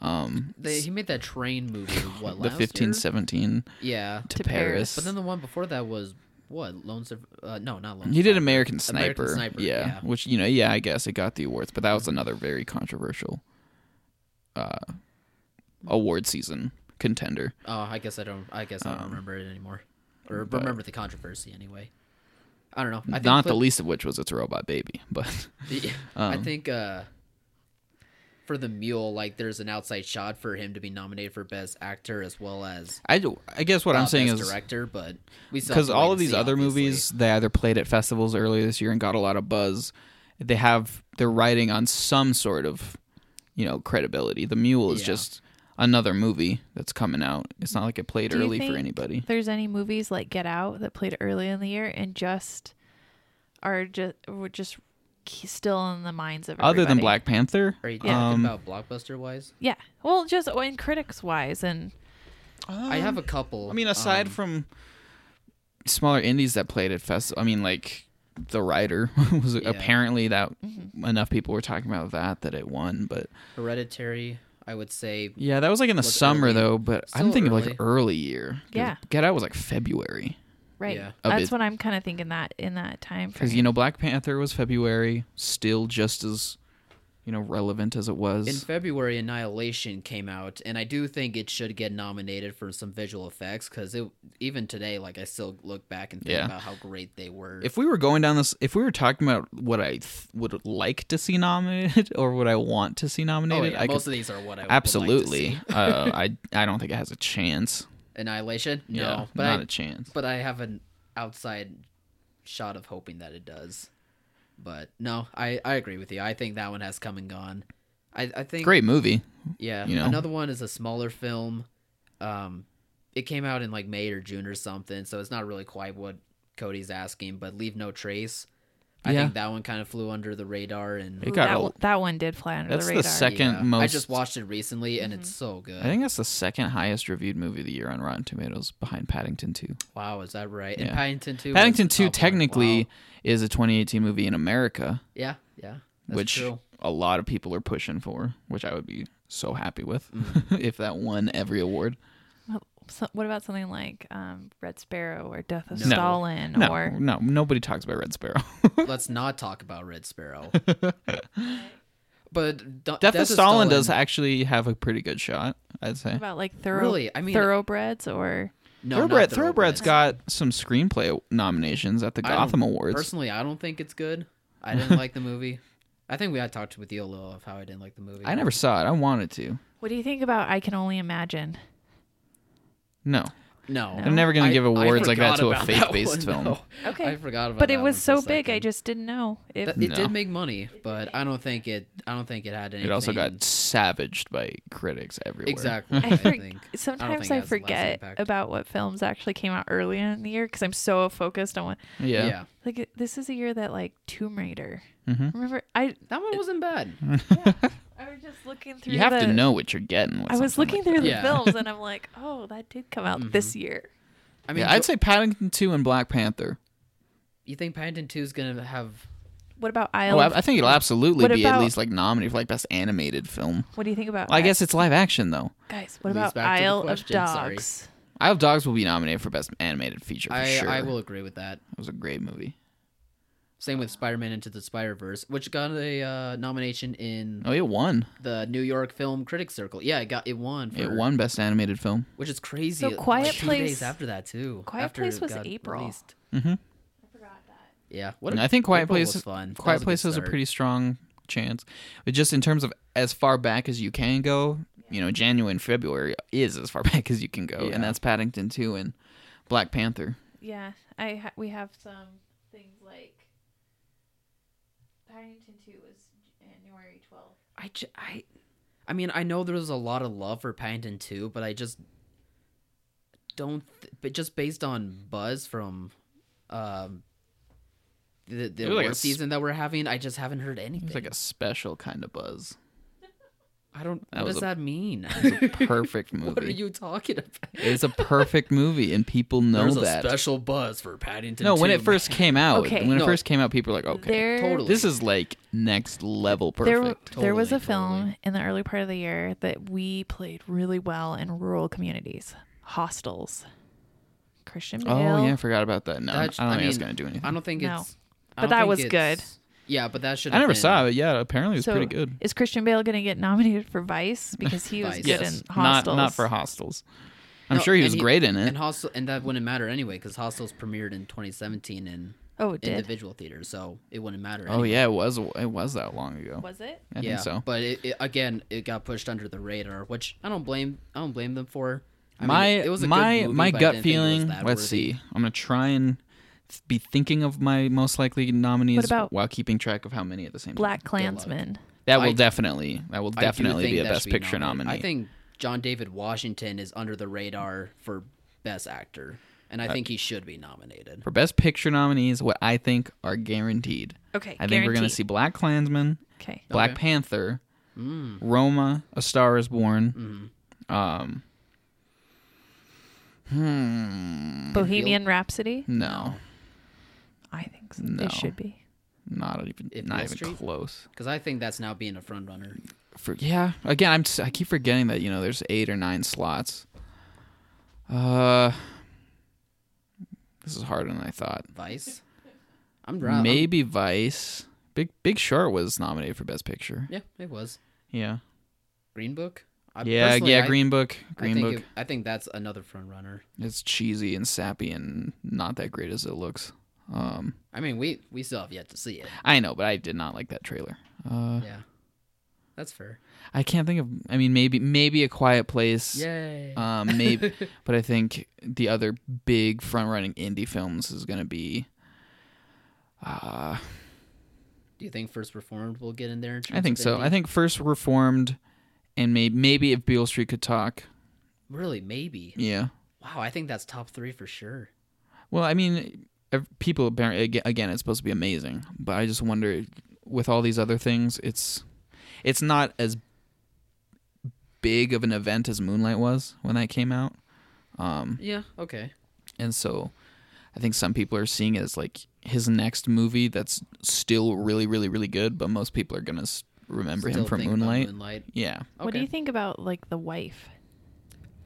[SPEAKER 1] Um,
[SPEAKER 4] They, he made that train
[SPEAKER 1] <sighs>
[SPEAKER 4] movie. What
[SPEAKER 1] the
[SPEAKER 4] last
[SPEAKER 1] fifteen
[SPEAKER 4] year?
[SPEAKER 1] seventeen
[SPEAKER 4] Yeah,
[SPEAKER 1] to,
[SPEAKER 3] Paris.
[SPEAKER 1] Paris,
[SPEAKER 4] but then the one before that was what Lone Sur- uh, No, not Lone.
[SPEAKER 1] he did
[SPEAKER 4] Survivor.
[SPEAKER 1] American Sniper,
[SPEAKER 4] Sniper,
[SPEAKER 1] yeah,
[SPEAKER 4] yeah.
[SPEAKER 1] which you know, yeah, I guess it got the awards, but that was another very controversial uh, award season contender.
[SPEAKER 4] Oh, I guess I don't. I guess I
[SPEAKER 1] Um,
[SPEAKER 4] don't remember it anymore, or remember the controversy anyway. I don't know. I think
[SPEAKER 1] not the
[SPEAKER 4] Clint-
[SPEAKER 1] Um, least of which was its robot baby, but
[SPEAKER 4] I think uh, for the mule, like there's an outside shot for him to be nominated for best actor as well as
[SPEAKER 1] <laughs> I, do- I guess what
[SPEAKER 4] uh,
[SPEAKER 1] I'm saying
[SPEAKER 4] Best
[SPEAKER 1] is
[SPEAKER 4] director, but we still have
[SPEAKER 1] because
[SPEAKER 4] to
[SPEAKER 1] all
[SPEAKER 4] wait
[SPEAKER 1] of
[SPEAKER 4] and
[SPEAKER 1] these
[SPEAKER 4] see,
[SPEAKER 1] other
[SPEAKER 4] obviously.
[SPEAKER 1] movies they either played at festivals earlier this year and got a lot of buzz they have they're writing on some sort of you know credibility the mule is
[SPEAKER 4] Yeah.
[SPEAKER 1] just another movie that's coming out it's not like it played
[SPEAKER 3] Do you
[SPEAKER 1] early for
[SPEAKER 3] think
[SPEAKER 1] anybody
[SPEAKER 3] If there's any movies like Get Out that played early in the year and just are just were just k- still in the minds of
[SPEAKER 1] other than
[SPEAKER 3] everybody.
[SPEAKER 1] black panther
[SPEAKER 4] Are you talking
[SPEAKER 1] um,
[SPEAKER 4] about blockbuster wise?
[SPEAKER 3] Yeah. Well, just oh, and critics wise and
[SPEAKER 4] I have a couple.
[SPEAKER 1] i mean aside
[SPEAKER 4] um,
[SPEAKER 1] from smaller indies that played at fest i mean like the writer <laughs> was
[SPEAKER 4] Yeah. Mm-hmm.
[SPEAKER 1] apparently that enough people were talking about that that it won but
[SPEAKER 4] Hereditary, I would say
[SPEAKER 1] yeah that was like in the
[SPEAKER 4] Was
[SPEAKER 1] summer
[SPEAKER 4] early.
[SPEAKER 1] though but i'm
[SPEAKER 4] Still
[SPEAKER 1] thinking of
[SPEAKER 4] early.
[SPEAKER 1] like early year 'Cause
[SPEAKER 3] Yeah.
[SPEAKER 1] get out was like february
[SPEAKER 3] right.
[SPEAKER 4] Yeah.
[SPEAKER 1] Of
[SPEAKER 3] That's
[SPEAKER 1] it.
[SPEAKER 3] what I'm kind of thinking that in that time frame.
[SPEAKER 1] because you know Black Panther was February, still just as you know relevant as it was.
[SPEAKER 4] in February, Annihilation came out, and I do think it should get nominated for some visual effects because it even today, like I still look back and think
[SPEAKER 1] Yeah.
[SPEAKER 4] about how great they were.
[SPEAKER 1] if we were going down this, if we were talking about what I th- would like to see nominated <laughs> or what I want to see
[SPEAKER 4] oh,
[SPEAKER 1] nominated,
[SPEAKER 4] yeah,
[SPEAKER 1] I could,
[SPEAKER 4] most of these are what I would like to
[SPEAKER 1] absolutely.
[SPEAKER 4] see.
[SPEAKER 1] uh, I I don't think it has a chance.
[SPEAKER 4] Annihilation, <laughs> no,
[SPEAKER 1] yeah,
[SPEAKER 4] but
[SPEAKER 1] not
[SPEAKER 4] I,
[SPEAKER 1] a chance.
[SPEAKER 4] but I have an outside shot of hoping that it does. But no, I I agree with you. I think that one has come and gone. I I think
[SPEAKER 1] Great movie.
[SPEAKER 4] Yeah.
[SPEAKER 1] you know?
[SPEAKER 4] Another one is a smaller film. Um, it came out in like May or June or something, so it's not really quite what Cody's asking. But Leave No Trace, I
[SPEAKER 1] Yeah.
[SPEAKER 4] think that one kind of flew under the radar, and
[SPEAKER 1] It
[SPEAKER 3] Ooh,
[SPEAKER 1] got
[SPEAKER 3] that,
[SPEAKER 1] a-
[SPEAKER 3] one- that one did fly under
[SPEAKER 1] That's
[SPEAKER 3] the
[SPEAKER 1] the,
[SPEAKER 3] radar.
[SPEAKER 1] second
[SPEAKER 4] Yeah.
[SPEAKER 1] most.
[SPEAKER 4] I just watched it recently, and it's so good.
[SPEAKER 1] I think that's the second highest reviewed movie of the year on Rotten Tomatoes, behind Paddington Two.
[SPEAKER 4] wow, is that right?
[SPEAKER 1] Yeah.
[SPEAKER 4] And Paddington Two. was
[SPEAKER 1] Paddington
[SPEAKER 4] the top
[SPEAKER 1] Two
[SPEAKER 4] one.
[SPEAKER 1] technically
[SPEAKER 4] Wow.
[SPEAKER 1] is a 2018 movie in America.
[SPEAKER 4] Yeah. Yeah. That's
[SPEAKER 1] which
[SPEAKER 4] true.
[SPEAKER 1] a lot of people are pushing for, which I would be so happy with <laughs>
[SPEAKER 4] Mm.
[SPEAKER 1] if that won every award.
[SPEAKER 3] So, what about something like um, Red Sparrow or Death of
[SPEAKER 1] No.
[SPEAKER 3] Stalin
[SPEAKER 1] No,
[SPEAKER 3] or
[SPEAKER 1] no, nobody talks about Red Sparrow. <laughs>
[SPEAKER 4] Let's not talk about Red Sparrow. but Do-
[SPEAKER 1] Death, of Stalin, does actually have a pretty good shot, I'd say.
[SPEAKER 3] about like thorough
[SPEAKER 4] Really, I mean-
[SPEAKER 3] thoroughbreds or
[SPEAKER 4] no, not
[SPEAKER 1] Thoroughbred, Thoroughbred's
[SPEAKER 4] Thoroughbreds.
[SPEAKER 1] got some screenplay nominations at the
[SPEAKER 4] I don't-
[SPEAKER 1] Gotham Awards.
[SPEAKER 4] Personally, I don't think it's good. I didn't like the movie. I think we had talked with you a little of how I didn't like the movie.
[SPEAKER 1] I never saw it. I wanted to.
[SPEAKER 3] what do you think about I can only imagine?
[SPEAKER 1] No,
[SPEAKER 4] No,
[SPEAKER 1] I'm never gonna
[SPEAKER 4] I-
[SPEAKER 1] give
[SPEAKER 4] I
[SPEAKER 1] awards like that
[SPEAKER 4] forgot
[SPEAKER 1] to a
[SPEAKER 4] about that
[SPEAKER 1] faith-based film.
[SPEAKER 4] one, no.
[SPEAKER 3] Okay.
[SPEAKER 4] I forgot about.
[SPEAKER 3] But it
[SPEAKER 4] that
[SPEAKER 3] was
[SPEAKER 4] one
[SPEAKER 3] so
[SPEAKER 4] for a
[SPEAKER 3] big, I
[SPEAKER 4] second.
[SPEAKER 3] just didn't know if
[SPEAKER 4] That- it
[SPEAKER 1] No.
[SPEAKER 4] did make money, but I don't think it. I don't think it had any.
[SPEAKER 1] it also got savaged by critics everywhere.
[SPEAKER 3] <laughs>
[SPEAKER 4] exactly.
[SPEAKER 3] <laughs>
[SPEAKER 4] I,
[SPEAKER 3] I for-
[SPEAKER 4] think
[SPEAKER 3] sometimes
[SPEAKER 4] think it
[SPEAKER 3] I,
[SPEAKER 4] has the last
[SPEAKER 3] forget
[SPEAKER 4] impact.
[SPEAKER 3] about what films actually came out early in the year because I'm so focused on what.
[SPEAKER 1] Yeah.
[SPEAKER 4] Yeah.
[SPEAKER 3] Like it- this is a year that like Tomb Raider.
[SPEAKER 4] Mm-hmm.
[SPEAKER 1] Mhm.
[SPEAKER 3] Remember, I
[SPEAKER 4] that one wasn't bad.
[SPEAKER 3] I was just looking through.
[SPEAKER 1] You have to
[SPEAKER 3] the-
[SPEAKER 1] know what you're getting. With
[SPEAKER 3] I was
[SPEAKER 1] something
[SPEAKER 3] looking
[SPEAKER 1] like
[SPEAKER 3] through the
[SPEAKER 4] that. Yeah. Mm-hmm.
[SPEAKER 3] films and I'm like, oh, that did come out this year.
[SPEAKER 4] I
[SPEAKER 1] that.
[SPEAKER 4] mean,
[SPEAKER 1] yeah, I'd say Paddington Two and Black Panther.
[SPEAKER 4] you think Paddington Two is gonna have?
[SPEAKER 3] What about
[SPEAKER 1] Oh,
[SPEAKER 3] Isle? of-
[SPEAKER 1] I, I think it'll absolutely
[SPEAKER 3] What
[SPEAKER 1] be at
[SPEAKER 3] about-
[SPEAKER 1] least like nominated for like best animated film.
[SPEAKER 3] what do you think about?
[SPEAKER 1] Well, I guess it's live action though.
[SPEAKER 3] guys. What
[SPEAKER 4] Leads
[SPEAKER 3] about
[SPEAKER 4] back to the
[SPEAKER 3] Isle of
[SPEAKER 4] question, sorry.
[SPEAKER 3] Dogs?
[SPEAKER 1] Isle of Dogs will be nominated for best animated feature for
[SPEAKER 4] I
[SPEAKER 1] sure.
[SPEAKER 4] I will agree with that.
[SPEAKER 1] It was a great movie.
[SPEAKER 4] Same with Spider-Man Into the Spider-Verse, which got a uh, nomination in
[SPEAKER 1] Oh, it won.
[SPEAKER 4] the New York Film Critics Circle. Yeah, it got it won. For,
[SPEAKER 1] It won best animated film.
[SPEAKER 4] which is crazy.
[SPEAKER 3] So
[SPEAKER 4] like,
[SPEAKER 3] Quiet
[SPEAKER 4] two
[SPEAKER 3] Place-
[SPEAKER 4] days after that too.
[SPEAKER 3] Quiet
[SPEAKER 4] after
[SPEAKER 3] Place
[SPEAKER 4] it
[SPEAKER 3] was
[SPEAKER 4] got
[SPEAKER 3] April.
[SPEAKER 4] released.
[SPEAKER 1] Mhm.
[SPEAKER 4] Yeah, what
[SPEAKER 1] And
[SPEAKER 4] a-
[SPEAKER 1] I think Quiet
[SPEAKER 4] April
[SPEAKER 1] Place
[SPEAKER 4] was fun. That
[SPEAKER 1] Quiet
[SPEAKER 4] was a good
[SPEAKER 1] Place has a
[SPEAKER 4] start.
[SPEAKER 1] pretty strong chance. But just in terms of as far back as you can go, you know, January and February is as far <laughs> back as you can go,
[SPEAKER 4] Yeah.
[SPEAKER 1] and that's Paddington Two and Black Panther.
[SPEAKER 3] Yeah, I ha- we have some things like Paddington Two was January twelfth.
[SPEAKER 4] I, ju- I, I mean, I know there was a lot of love for Paddington too, but I just don't. Th- but just based on buzz from, um, the the
[SPEAKER 1] It was like
[SPEAKER 4] award
[SPEAKER 1] a
[SPEAKER 4] season that we're having, I just haven't heard anything.
[SPEAKER 1] It's like a special kind of
[SPEAKER 4] <laughs>
[SPEAKER 1] buzz.
[SPEAKER 4] I don't.
[SPEAKER 1] that
[SPEAKER 4] what
[SPEAKER 1] was
[SPEAKER 4] does
[SPEAKER 1] a-
[SPEAKER 4] that mean? <laughs>
[SPEAKER 1] Perfect movie.
[SPEAKER 4] what are you talking about?
[SPEAKER 1] It's a perfect movie, and people know
[SPEAKER 4] There's a
[SPEAKER 1] that.
[SPEAKER 4] special buzz for Paddington.
[SPEAKER 1] No, when
[SPEAKER 4] 2,
[SPEAKER 1] it first came out,
[SPEAKER 3] Okay.
[SPEAKER 1] when it
[SPEAKER 4] No.
[SPEAKER 1] first came out, people were like, okay,
[SPEAKER 3] There,
[SPEAKER 4] Totally.
[SPEAKER 1] this is like next level
[SPEAKER 3] there,
[SPEAKER 1] perfect.
[SPEAKER 3] there was a
[SPEAKER 4] Totally,
[SPEAKER 3] film
[SPEAKER 4] totally.
[SPEAKER 3] in the early part of the year that we played really well in rural communities, hostels. Christian Bale.
[SPEAKER 1] oh, yeah, I forgot about that. No,
[SPEAKER 4] That's-
[SPEAKER 1] I don't
[SPEAKER 4] I
[SPEAKER 1] think it's
[SPEAKER 4] mean,
[SPEAKER 1] going to do anything.
[SPEAKER 4] I
[SPEAKER 1] I,
[SPEAKER 4] don't think
[SPEAKER 3] No.
[SPEAKER 4] it's.
[SPEAKER 3] But
[SPEAKER 4] I don't
[SPEAKER 3] that
[SPEAKER 4] think
[SPEAKER 3] was
[SPEAKER 4] it's- Yeah, but that should. have
[SPEAKER 1] never
[SPEAKER 4] been,
[SPEAKER 1] saw it. Yeah, apparently it was
[SPEAKER 3] so
[SPEAKER 1] pretty good.
[SPEAKER 3] Is Christian Bale going to get nominated for
[SPEAKER 1] <laughs>
[SPEAKER 3] Vice because he was
[SPEAKER 4] Vice.
[SPEAKER 3] good
[SPEAKER 1] Yes,
[SPEAKER 3] in
[SPEAKER 1] not
[SPEAKER 3] hostels?
[SPEAKER 1] not for hostels. I'm
[SPEAKER 4] No,
[SPEAKER 1] sure he
[SPEAKER 4] and
[SPEAKER 1] was great in it.
[SPEAKER 4] And Hostel, and that wouldn't matter anyway because Hostels premiered in 2017, and
[SPEAKER 3] Oh, it did.
[SPEAKER 4] individual theaters, so it wouldn't matter.
[SPEAKER 1] Oh yeah, it was it was that long ago.
[SPEAKER 3] Was it?
[SPEAKER 1] I
[SPEAKER 4] yeah.
[SPEAKER 1] think so.
[SPEAKER 4] But it, it, again, it got pushed under the radar, which I don't blame. I don't blame them for. I
[SPEAKER 1] my
[SPEAKER 4] mean, it, it was a
[SPEAKER 1] my
[SPEAKER 4] good movie,
[SPEAKER 1] my
[SPEAKER 4] but I
[SPEAKER 1] gut
[SPEAKER 4] didn't think it was
[SPEAKER 1] feeling.
[SPEAKER 4] that
[SPEAKER 1] Let's
[SPEAKER 4] worthy.
[SPEAKER 1] see. I'm gonna try and th- be thinking of my most likely nominees
[SPEAKER 3] about-
[SPEAKER 1] while keeping track of how many at the same
[SPEAKER 3] Black
[SPEAKER 4] luck.
[SPEAKER 3] Klansman.
[SPEAKER 1] time. That will
[SPEAKER 4] I-
[SPEAKER 1] definitely that will
[SPEAKER 4] I do
[SPEAKER 1] definitely
[SPEAKER 4] think
[SPEAKER 1] be a
[SPEAKER 4] that
[SPEAKER 1] best
[SPEAKER 4] should be
[SPEAKER 1] picture
[SPEAKER 4] nominated.
[SPEAKER 1] nominee.
[SPEAKER 4] I think John David Washington is under the radar for best actor, and I think he should be nominated.
[SPEAKER 1] for best picture nominees, what I think are guaranteed.
[SPEAKER 3] Okay,
[SPEAKER 1] I think we're gonna
[SPEAKER 3] guaranteed.
[SPEAKER 1] see Black Klansman,
[SPEAKER 3] Okay.
[SPEAKER 1] Black
[SPEAKER 4] Okay. Mm.
[SPEAKER 1] Panther, Roma, A Star Is Born,
[SPEAKER 4] Mm-hmm.
[SPEAKER 1] um,
[SPEAKER 3] Bohemian Rhapsody.
[SPEAKER 1] hmm, no,
[SPEAKER 3] I think so.
[SPEAKER 1] No.
[SPEAKER 3] it should be.
[SPEAKER 1] not even
[SPEAKER 4] If
[SPEAKER 1] not
[SPEAKER 4] Wall
[SPEAKER 1] even
[SPEAKER 4] Street?
[SPEAKER 1] close.
[SPEAKER 4] Because I think that's now being a front runner.
[SPEAKER 1] for yeah again i'm s- i keep forgetting that you know there's eight or nine slots uh this is harder than i thought
[SPEAKER 4] Vice. I'm right.
[SPEAKER 1] maybe vice big big short was nominated for best picture
[SPEAKER 4] Yeah, it was
[SPEAKER 1] yeah
[SPEAKER 4] Green Book. I,
[SPEAKER 1] yeah
[SPEAKER 4] personally,
[SPEAKER 1] yeah
[SPEAKER 4] I-
[SPEAKER 1] green book
[SPEAKER 4] I
[SPEAKER 1] green
[SPEAKER 4] think
[SPEAKER 1] book
[SPEAKER 4] it- I think that's another front runner.
[SPEAKER 1] it's cheesy and sappy and not that great as it looks um
[SPEAKER 4] I mean, we we still have yet to see it.
[SPEAKER 1] i know but i did not like that trailer uh
[SPEAKER 4] Yeah, that's fair.
[SPEAKER 1] i can't think of i mean maybe maybe a quiet place
[SPEAKER 4] Yay.
[SPEAKER 1] Um, <laughs> maybe, but I think the other big front-running indie films is going to be. Uh,
[SPEAKER 4] Do you think First Reformed will get in there? in
[SPEAKER 1] I
[SPEAKER 4] terms
[SPEAKER 1] think
[SPEAKER 4] of
[SPEAKER 1] so.
[SPEAKER 4] indie?
[SPEAKER 1] I think first Reformed, and maybe maybe if Beale Street could talk,
[SPEAKER 4] really maybe.
[SPEAKER 1] yeah.
[SPEAKER 4] Wow, I think that's top three for sure.
[SPEAKER 1] Well, I mean, ev- people apparently aga- again, it's supposed to be amazing, but I just wonder with all these other things, it's it's not as big of an event as Moonlight was when that came out. Um,
[SPEAKER 4] Yeah. Okay.
[SPEAKER 1] And so I think some people are seeing it as like his next movie that's still really, really, really good, but most people are going to remember him
[SPEAKER 4] Still
[SPEAKER 1] from
[SPEAKER 4] think about
[SPEAKER 1] Moonlight.
[SPEAKER 4] Moonlight.
[SPEAKER 1] Yeah.
[SPEAKER 3] What do
[SPEAKER 4] Okay.
[SPEAKER 3] you think about like the wife?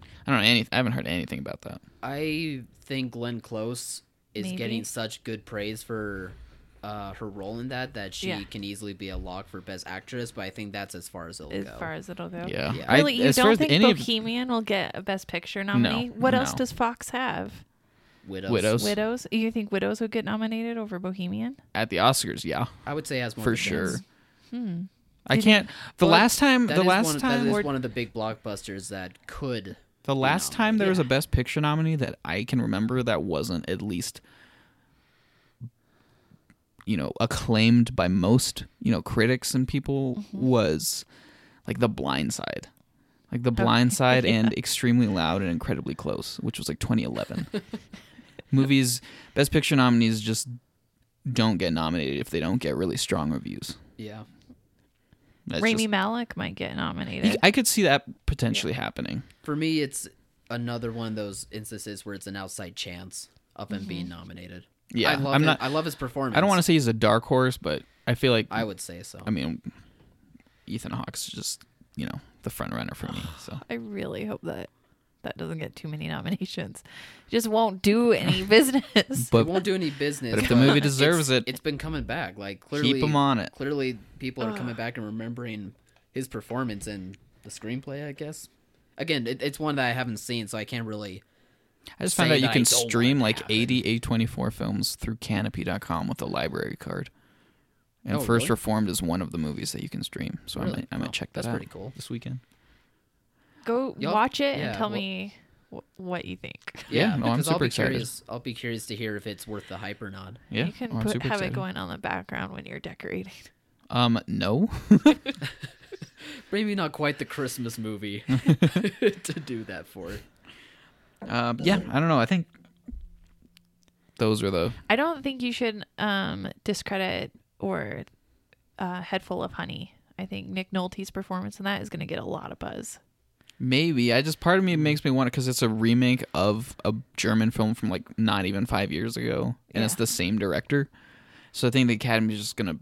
[SPEAKER 1] I don't know any I haven't heard anything about that.
[SPEAKER 4] I think Glenn Close is
[SPEAKER 3] Maybe.
[SPEAKER 4] getting such good praise for uh, her role in that that she
[SPEAKER 3] Yeah.
[SPEAKER 4] can easily be a lock for best actress. But I think that's as far as it'll
[SPEAKER 3] As
[SPEAKER 4] go.
[SPEAKER 3] far as it'll go.
[SPEAKER 1] Yeah.
[SPEAKER 4] Yeah.
[SPEAKER 1] I-
[SPEAKER 3] Really, you
[SPEAKER 1] as far
[SPEAKER 3] don't
[SPEAKER 1] as
[SPEAKER 3] think
[SPEAKER 1] any of-
[SPEAKER 3] Bohemian will get a Best Picture nominee? what else
[SPEAKER 1] no.
[SPEAKER 3] does Fox have?
[SPEAKER 4] Widows.
[SPEAKER 1] Widows.
[SPEAKER 3] Widows. You think Widows would get nominated over Bohemian?
[SPEAKER 1] At the Oscars, yeah,
[SPEAKER 4] I would say has more
[SPEAKER 1] for
[SPEAKER 4] of a
[SPEAKER 1] sure. Hmm.
[SPEAKER 4] chance.
[SPEAKER 1] I can't the
[SPEAKER 4] But
[SPEAKER 1] last time
[SPEAKER 4] That
[SPEAKER 1] the
[SPEAKER 4] is one
[SPEAKER 1] last
[SPEAKER 4] of-
[SPEAKER 1] time
[SPEAKER 4] that is
[SPEAKER 1] or-
[SPEAKER 4] one of the big blockbusters that could.
[SPEAKER 1] the last time there was a
[SPEAKER 3] Yeah.
[SPEAKER 1] best picture nominee that I can remember that wasn't at least you know acclaimed by most you know critics and people
[SPEAKER 4] Mm-hmm.
[SPEAKER 1] was like The Blind Side. Like The Blind
[SPEAKER 4] <laughs>
[SPEAKER 1] Side and Extremely Loud and Incredibly Close, which was like
[SPEAKER 4] <laughs>
[SPEAKER 1] 2011. Movies best picture nominees just don't get nominated if they don't get really strong reviews.
[SPEAKER 4] Yeah.
[SPEAKER 1] That's
[SPEAKER 3] Rami
[SPEAKER 1] just-
[SPEAKER 3] Malek might get nominated.
[SPEAKER 1] You- I could see that potentially happening.
[SPEAKER 4] For me, it's another one of those instances where it's an outside chance of him
[SPEAKER 3] Mm-hmm.
[SPEAKER 4] being nominated.
[SPEAKER 1] Yeah,
[SPEAKER 4] I love
[SPEAKER 1] I'm
[SPEAKER 4] him-
[SPEAKER 1] not-
[SPEAKER 4] I love his performance.
[SPEAKER 1] I don't want to say he's a dark horse, but I feel like
[SPEAKER 4] I would say so.
[SPEAKER 1] I mean, Ethan Hawke's just you know the front runner for me.
[SPEAKER 4] <sighs>
[SPEAKER 1] So
[SPEAKER 3] I really hope that that doesn't get too many nominations. Just won't
[SPEAKER 1] <laughs>
[SPEAKER 3] do any business.
[SPEAKER 1] But-
[SPEAKER 4] it won't do any business.
[SPEAKER 1] but if the movie
[SPEAKER 4] <laughs> it's-
[SPEAKER 1] deserves it-
[SPEAKER 4] it's been coming back. Like clearly,
[SPEAKER 1] him on it.
[SPEAKER 4] Clearly, people are coming back and remembering his performance and the screenplay. I guess. Again, it, it's one that I haven't seen, so I can't really.
[SPEAKER 1] I just found
[SPEAKER 4] Say
[SPEAKER 1] out you
[SPEAKER 4] that I
[SPEAKER 1] can
[SPEAKER 4] don't want
[SPEAKER 1] stream
[SPEAKER 4] it to
[SPEAKER 1] like
[SPEAKER 4] happen.
[SPEAKER 1] 80 A24 films through Canopy.com with a library card. And
[SPEAKER 4] Oh,
[SPEAKER 1] First
[SPEAKER 4] really?
[SPEAKER 1] Reformed is one of the movies that you can stream. So I
[SPEAKER 4] Really?
[SPEAKER 1] might I might
[SPEAKER 4] Oh,
[SPEAKER 1] check that
[SPEAKER 4] that's
[SPEAKER 1] out.
[SPEAKER 4] pretty cool.
[SPEAKER 1] this weekend.
[SPEAKER 3] Go
[SPEAKER 4] Y'all-
[SPEAKER 3] watch it and
[SPEAKER 4] yeah,
[SPEAKER 3] tell
[SPEAKER 4] well-
[SPEAKER 3] me wh- what you think.
[SPEAKER 1] Yeah, no, I'm
[SPEAKER 4] because I'll
[SPEAKER 1] super
[SPEAKER 4] be
[SPEAKER 1] excited.
[SPEAKER 4] curious. I'll be curious to hear if it's worth the hype or not.
[SPEAKER 1] Yeah,
[SPEAKER 3] you can
[SPEAKER 1] oh, I'm
[SPEAKER 3] put, have
[SPEAKER 1] super
[SPEAKER 3] it
[SPEAKER 1] excited.
[SPEAKER 3] going on the background when you're decorating.
[SPEAKER 1] Um, no, <laughs>
[SPEAKER 4] Maybe not quite the
[SPEAKER 1] <laughs>
[SPEAKER 4] Christmas movie <laughs> to do that for.
[SPEAKER 1] uh, yeah, I don't know. I think those are the
[SPEAKER 3] I don't think you should um, discredit or uh, head full of honey. I think Nick Nolte's performance in that is going to get a lot of buzz.
[SPEAKER 1] Maybe I just part of me
[SPEAKER 3] Mm-hmm.
[SPEAKER 1] makes me want it because it's a remake of a German film from like not even five years ago, and it's
[SPEAKER 3] Yeah.
[SPEAKER 1] the same director. So I think the Academy is just gonna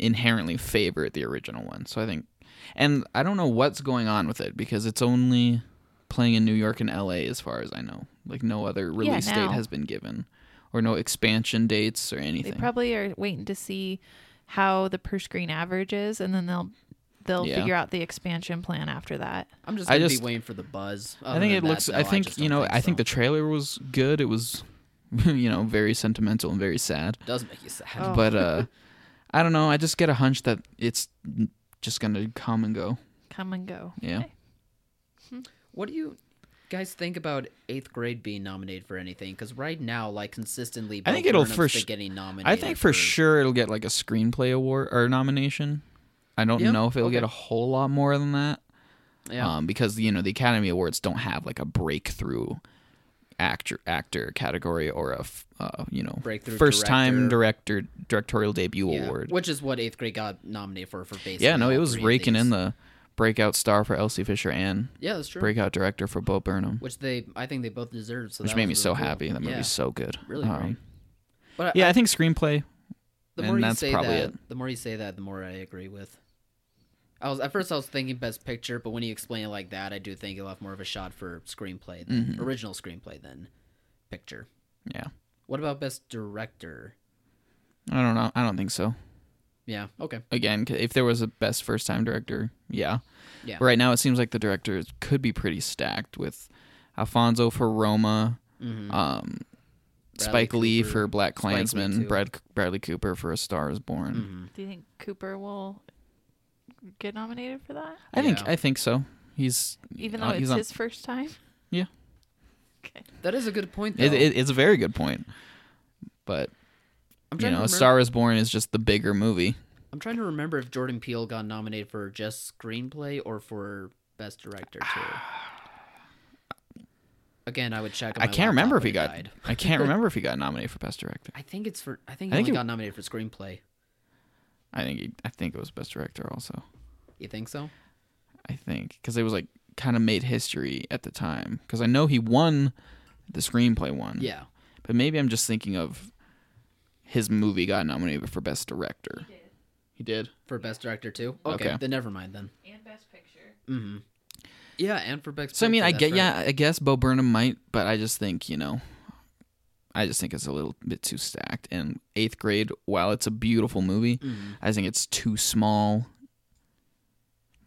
[SPEAKER 1] inherently favor the original one. So I think, and I don't know what's going on with it because it's only playing in New York and L.A. as far as I know. Like no other release
[SPEAKER 3] now.
[SPEAKER 1] date has been given, or no expansion dates or
[SPEAKER 3] They
[SPEAKER 1] anything.
[SPEAKER 3] probably are waiting to see how the per screen average is, and then they'll they'll
[SPEAKER 1] Yeah.
[SPEAKER 3] figure out the expansion plan after that.
[SPEAKER 4] I'm just
[SPEAKER 1] I
[SPEAKER 4] gonna
[SPEAKER 1] just-
[SPEAKER 4] be waiting for the buzz.
[SPEAKER 1] I think it looks. I think you know. I think the trailer was <laughs> good. It was you know, very sentimental and very sad.
[SPEAKER 4] does make you sad.
[SPEAKER 3] Oh.
[SPEAKER 1] But uh, I don't know. I just get a hunch that it's just gonna come and go.
[SPEAKER 3] Come and go.
[SPEAKER 1] Yeah.
[SPEAKER 3] Okay.
[SPEAKER 4] What do you guys think about eighth grade being nominated for anything? Because right now, like consistently,
[SPEAKER 1] I think
[SPEAKER 4] both
[SPEAKER 1] it'll
[SPEAKER 4] Burnham's
[SPEAKER 1] for
[SPEAKER 4] been
[SPEAKER 1] sh-
[SPEAKER 4] getting nominated.
[SPEAKER 1] I think for sure it'll get like a screenplay award or nomination. I don't
[SPEAKER 4] Yeah,
[SPEAKER 1] know if it'll get
[SPEAKER 4] okay.
[SPEAKER 1] a whole lot more than that.
[SPEAKER 4] Yeah.
[SPEAKER 1] Um, because you know the Academy Awards don't have like a breakthrough actor actor category or a f- uh, you know
[SPEAKER 4] Breakthrough
[SPEAKER 1] first time director directorial debut
[SPEAKER 4] Yeah,
[SPEAKER 1] award.
[SPEAKER 4] which is what eighth grade got nominated for for basically.
[SPEAKER 1] yeah, no, it
[SPEAKER 4] all
[SPEAKER 1] was
[SPEAKER 4] three of
[SPEAKER 1] raking in
[SPEAKER 4] these.
[SPEAKER 1] the breakout star for Elsie Fisher and
[SPEAKER 4] yeah, that's true.
[SPEAKER 1] breakout director for Bo Burnham, which,
[SPEAKER 4] Which they, I think they both deserved. So that
[SPEAKER 1] made me
[SPEAKER 4] was
[SPEAKER 1] so
[SPEAKER 4] really cool.
[SPEAKER 1] happy. That movie's
[SPEAKER 4] yeah,
[SPEAKER 1] so good.
[SPEAKER 4] really
[SPEAKER 1] Um,
[SPEAKER 4] great. But
[SPEAKER 1] yeah, I think screenplay.
[SPEAKER 4] the
[SPEAKER 1] and
[SPEAKER 4] more you
[SPEAKER 1] that's
[SPEAKER 4] say
[SPEAKER 1] probably
[SPEAKER 4] that,
[SPEAKER 1] it.
[SPEAKER 4] the more you say that, the more I agree with. I was at first I was thinking best picture, but when you explain it like that, I do think you'll have more of a shot for screenplay, than,
[SPEAKER 1] Mm-hmm.
[SPEAKER 4] original screenplay than picture.
[SPEAKER 1] Yeah,
[SPEAKER 4] What about best director?
[SPEAKER 1] I don't know. I don't think so.
[SPEAKER 4] Yeah. Okay.
[SPEAKER 1] Again, c- if there was a best first time director, yeah.
[SPEAKER 4] Yeah.
[SPEAKER 1] Right now, it seems like the directors could be pretty stacked with Alfonso for Roma, um, Spike Lee
[SPEAKER 4] Mm-hmm. Cooper.
[SPEAKER 1] for Black
[SPEAKER 4] Spike Lee
[SPEAKER 1] Klansman,
[SPEAKER 4] too. Mm-hmm.
[SPEAKER 1] Brad Bradley Cooper for A Star Is Born.
[SPEAKER 3] Do you think Cooper will get nominated for that?
[SPEAKER 1] I think
[SPEAKER 4] Yeah.
[SPEAKER 1] I think so. He's
[SPEAKER 3] Even
[SPEAKER 1] uh,
[SPEAKER 3] though
[SPEAKER 1] he's
[SPEAKER 3] it's
[SPEAKER 1] on-
[SPEAKER 3] his first time?
[SPEAKER 1] Yeah.
[SPEAKER 3] Okay.
[SPEAKER 4] That is a good point. Though.
[SPEAKER 1] It, it, it's a very good point, but
[SPEAKER 4] I'm
[SPEAKER 1] you
[SPEAKER 4] trying
[SPEAKER 1] know,
[SPEAKER 4] to
[SPEAKER 1] A
[SPEAKER 4] remember,
[SPEAKER 1] Star Is Born is just the bigger movie.
[SPEAKER 4] I'm trying to remember if Jordan Peele got nominated for just screenplay or for best director too. Again, I would check. on
[SPEAKER 1] I
[SPEAKER 4] Oh my
[SPEAKER 1] can't remember
[SPEAKER 4] laptop,
[SPEAKER 1] if he
[SPEAKER 4] but it
[SPEAKER 1] got.
[SPEAKER 4] died.
[SPEAKER 1] I
[SPEAKER 4] <laughs>
[SPEAKER 1] can't remember if he got nominated for best director.
[SPEAKER 4] I think it's for. I think
[SPEAKER 1] I
[SPEAKER 4] he
[SPEAKER 1] think
[SPEAKER 4] only
[SPEAKER 1] it-
[SPEAKER 4] got nominated for screenplay.
[SPEAKER 1] I think. He, I think it was best director also.
[SPEAKER 4] You think so?
[SPEAKER 1] I think because it was like kind of made history at the time. Because I know he won the screenplay one.
[SPEAKER 4] Yeah.
[SPEAKER 1] but maybe I'm just thinking of his movie got nominated for best director. He did.
[SPEAKER 4] For best director too. Okay,
[SPEAKER 1] Okay.
[SPEAKER 4] then never mind then. Mm-hmm.
[SPEAKER 3] And Best Picture.
[SPEAKER 4] Yeah, and for best.
[SPEAKER 1] So I mean,
[SPEAKER 4] Picture,
[SPEAKER 1] I
[SPEAKER 4] that's
[SPEAKER 1] get.
[SPEAKER 4] right.
[SPEAKER 1] Yeah, I guess Bo Burnham might, but I just think you know. I just think it's a little bit too stacked. And eighth grade, while it's a beautiful movie,
[SPEAKER 4] Mm-hmm.
[SPEAKER 1] I think it's too small.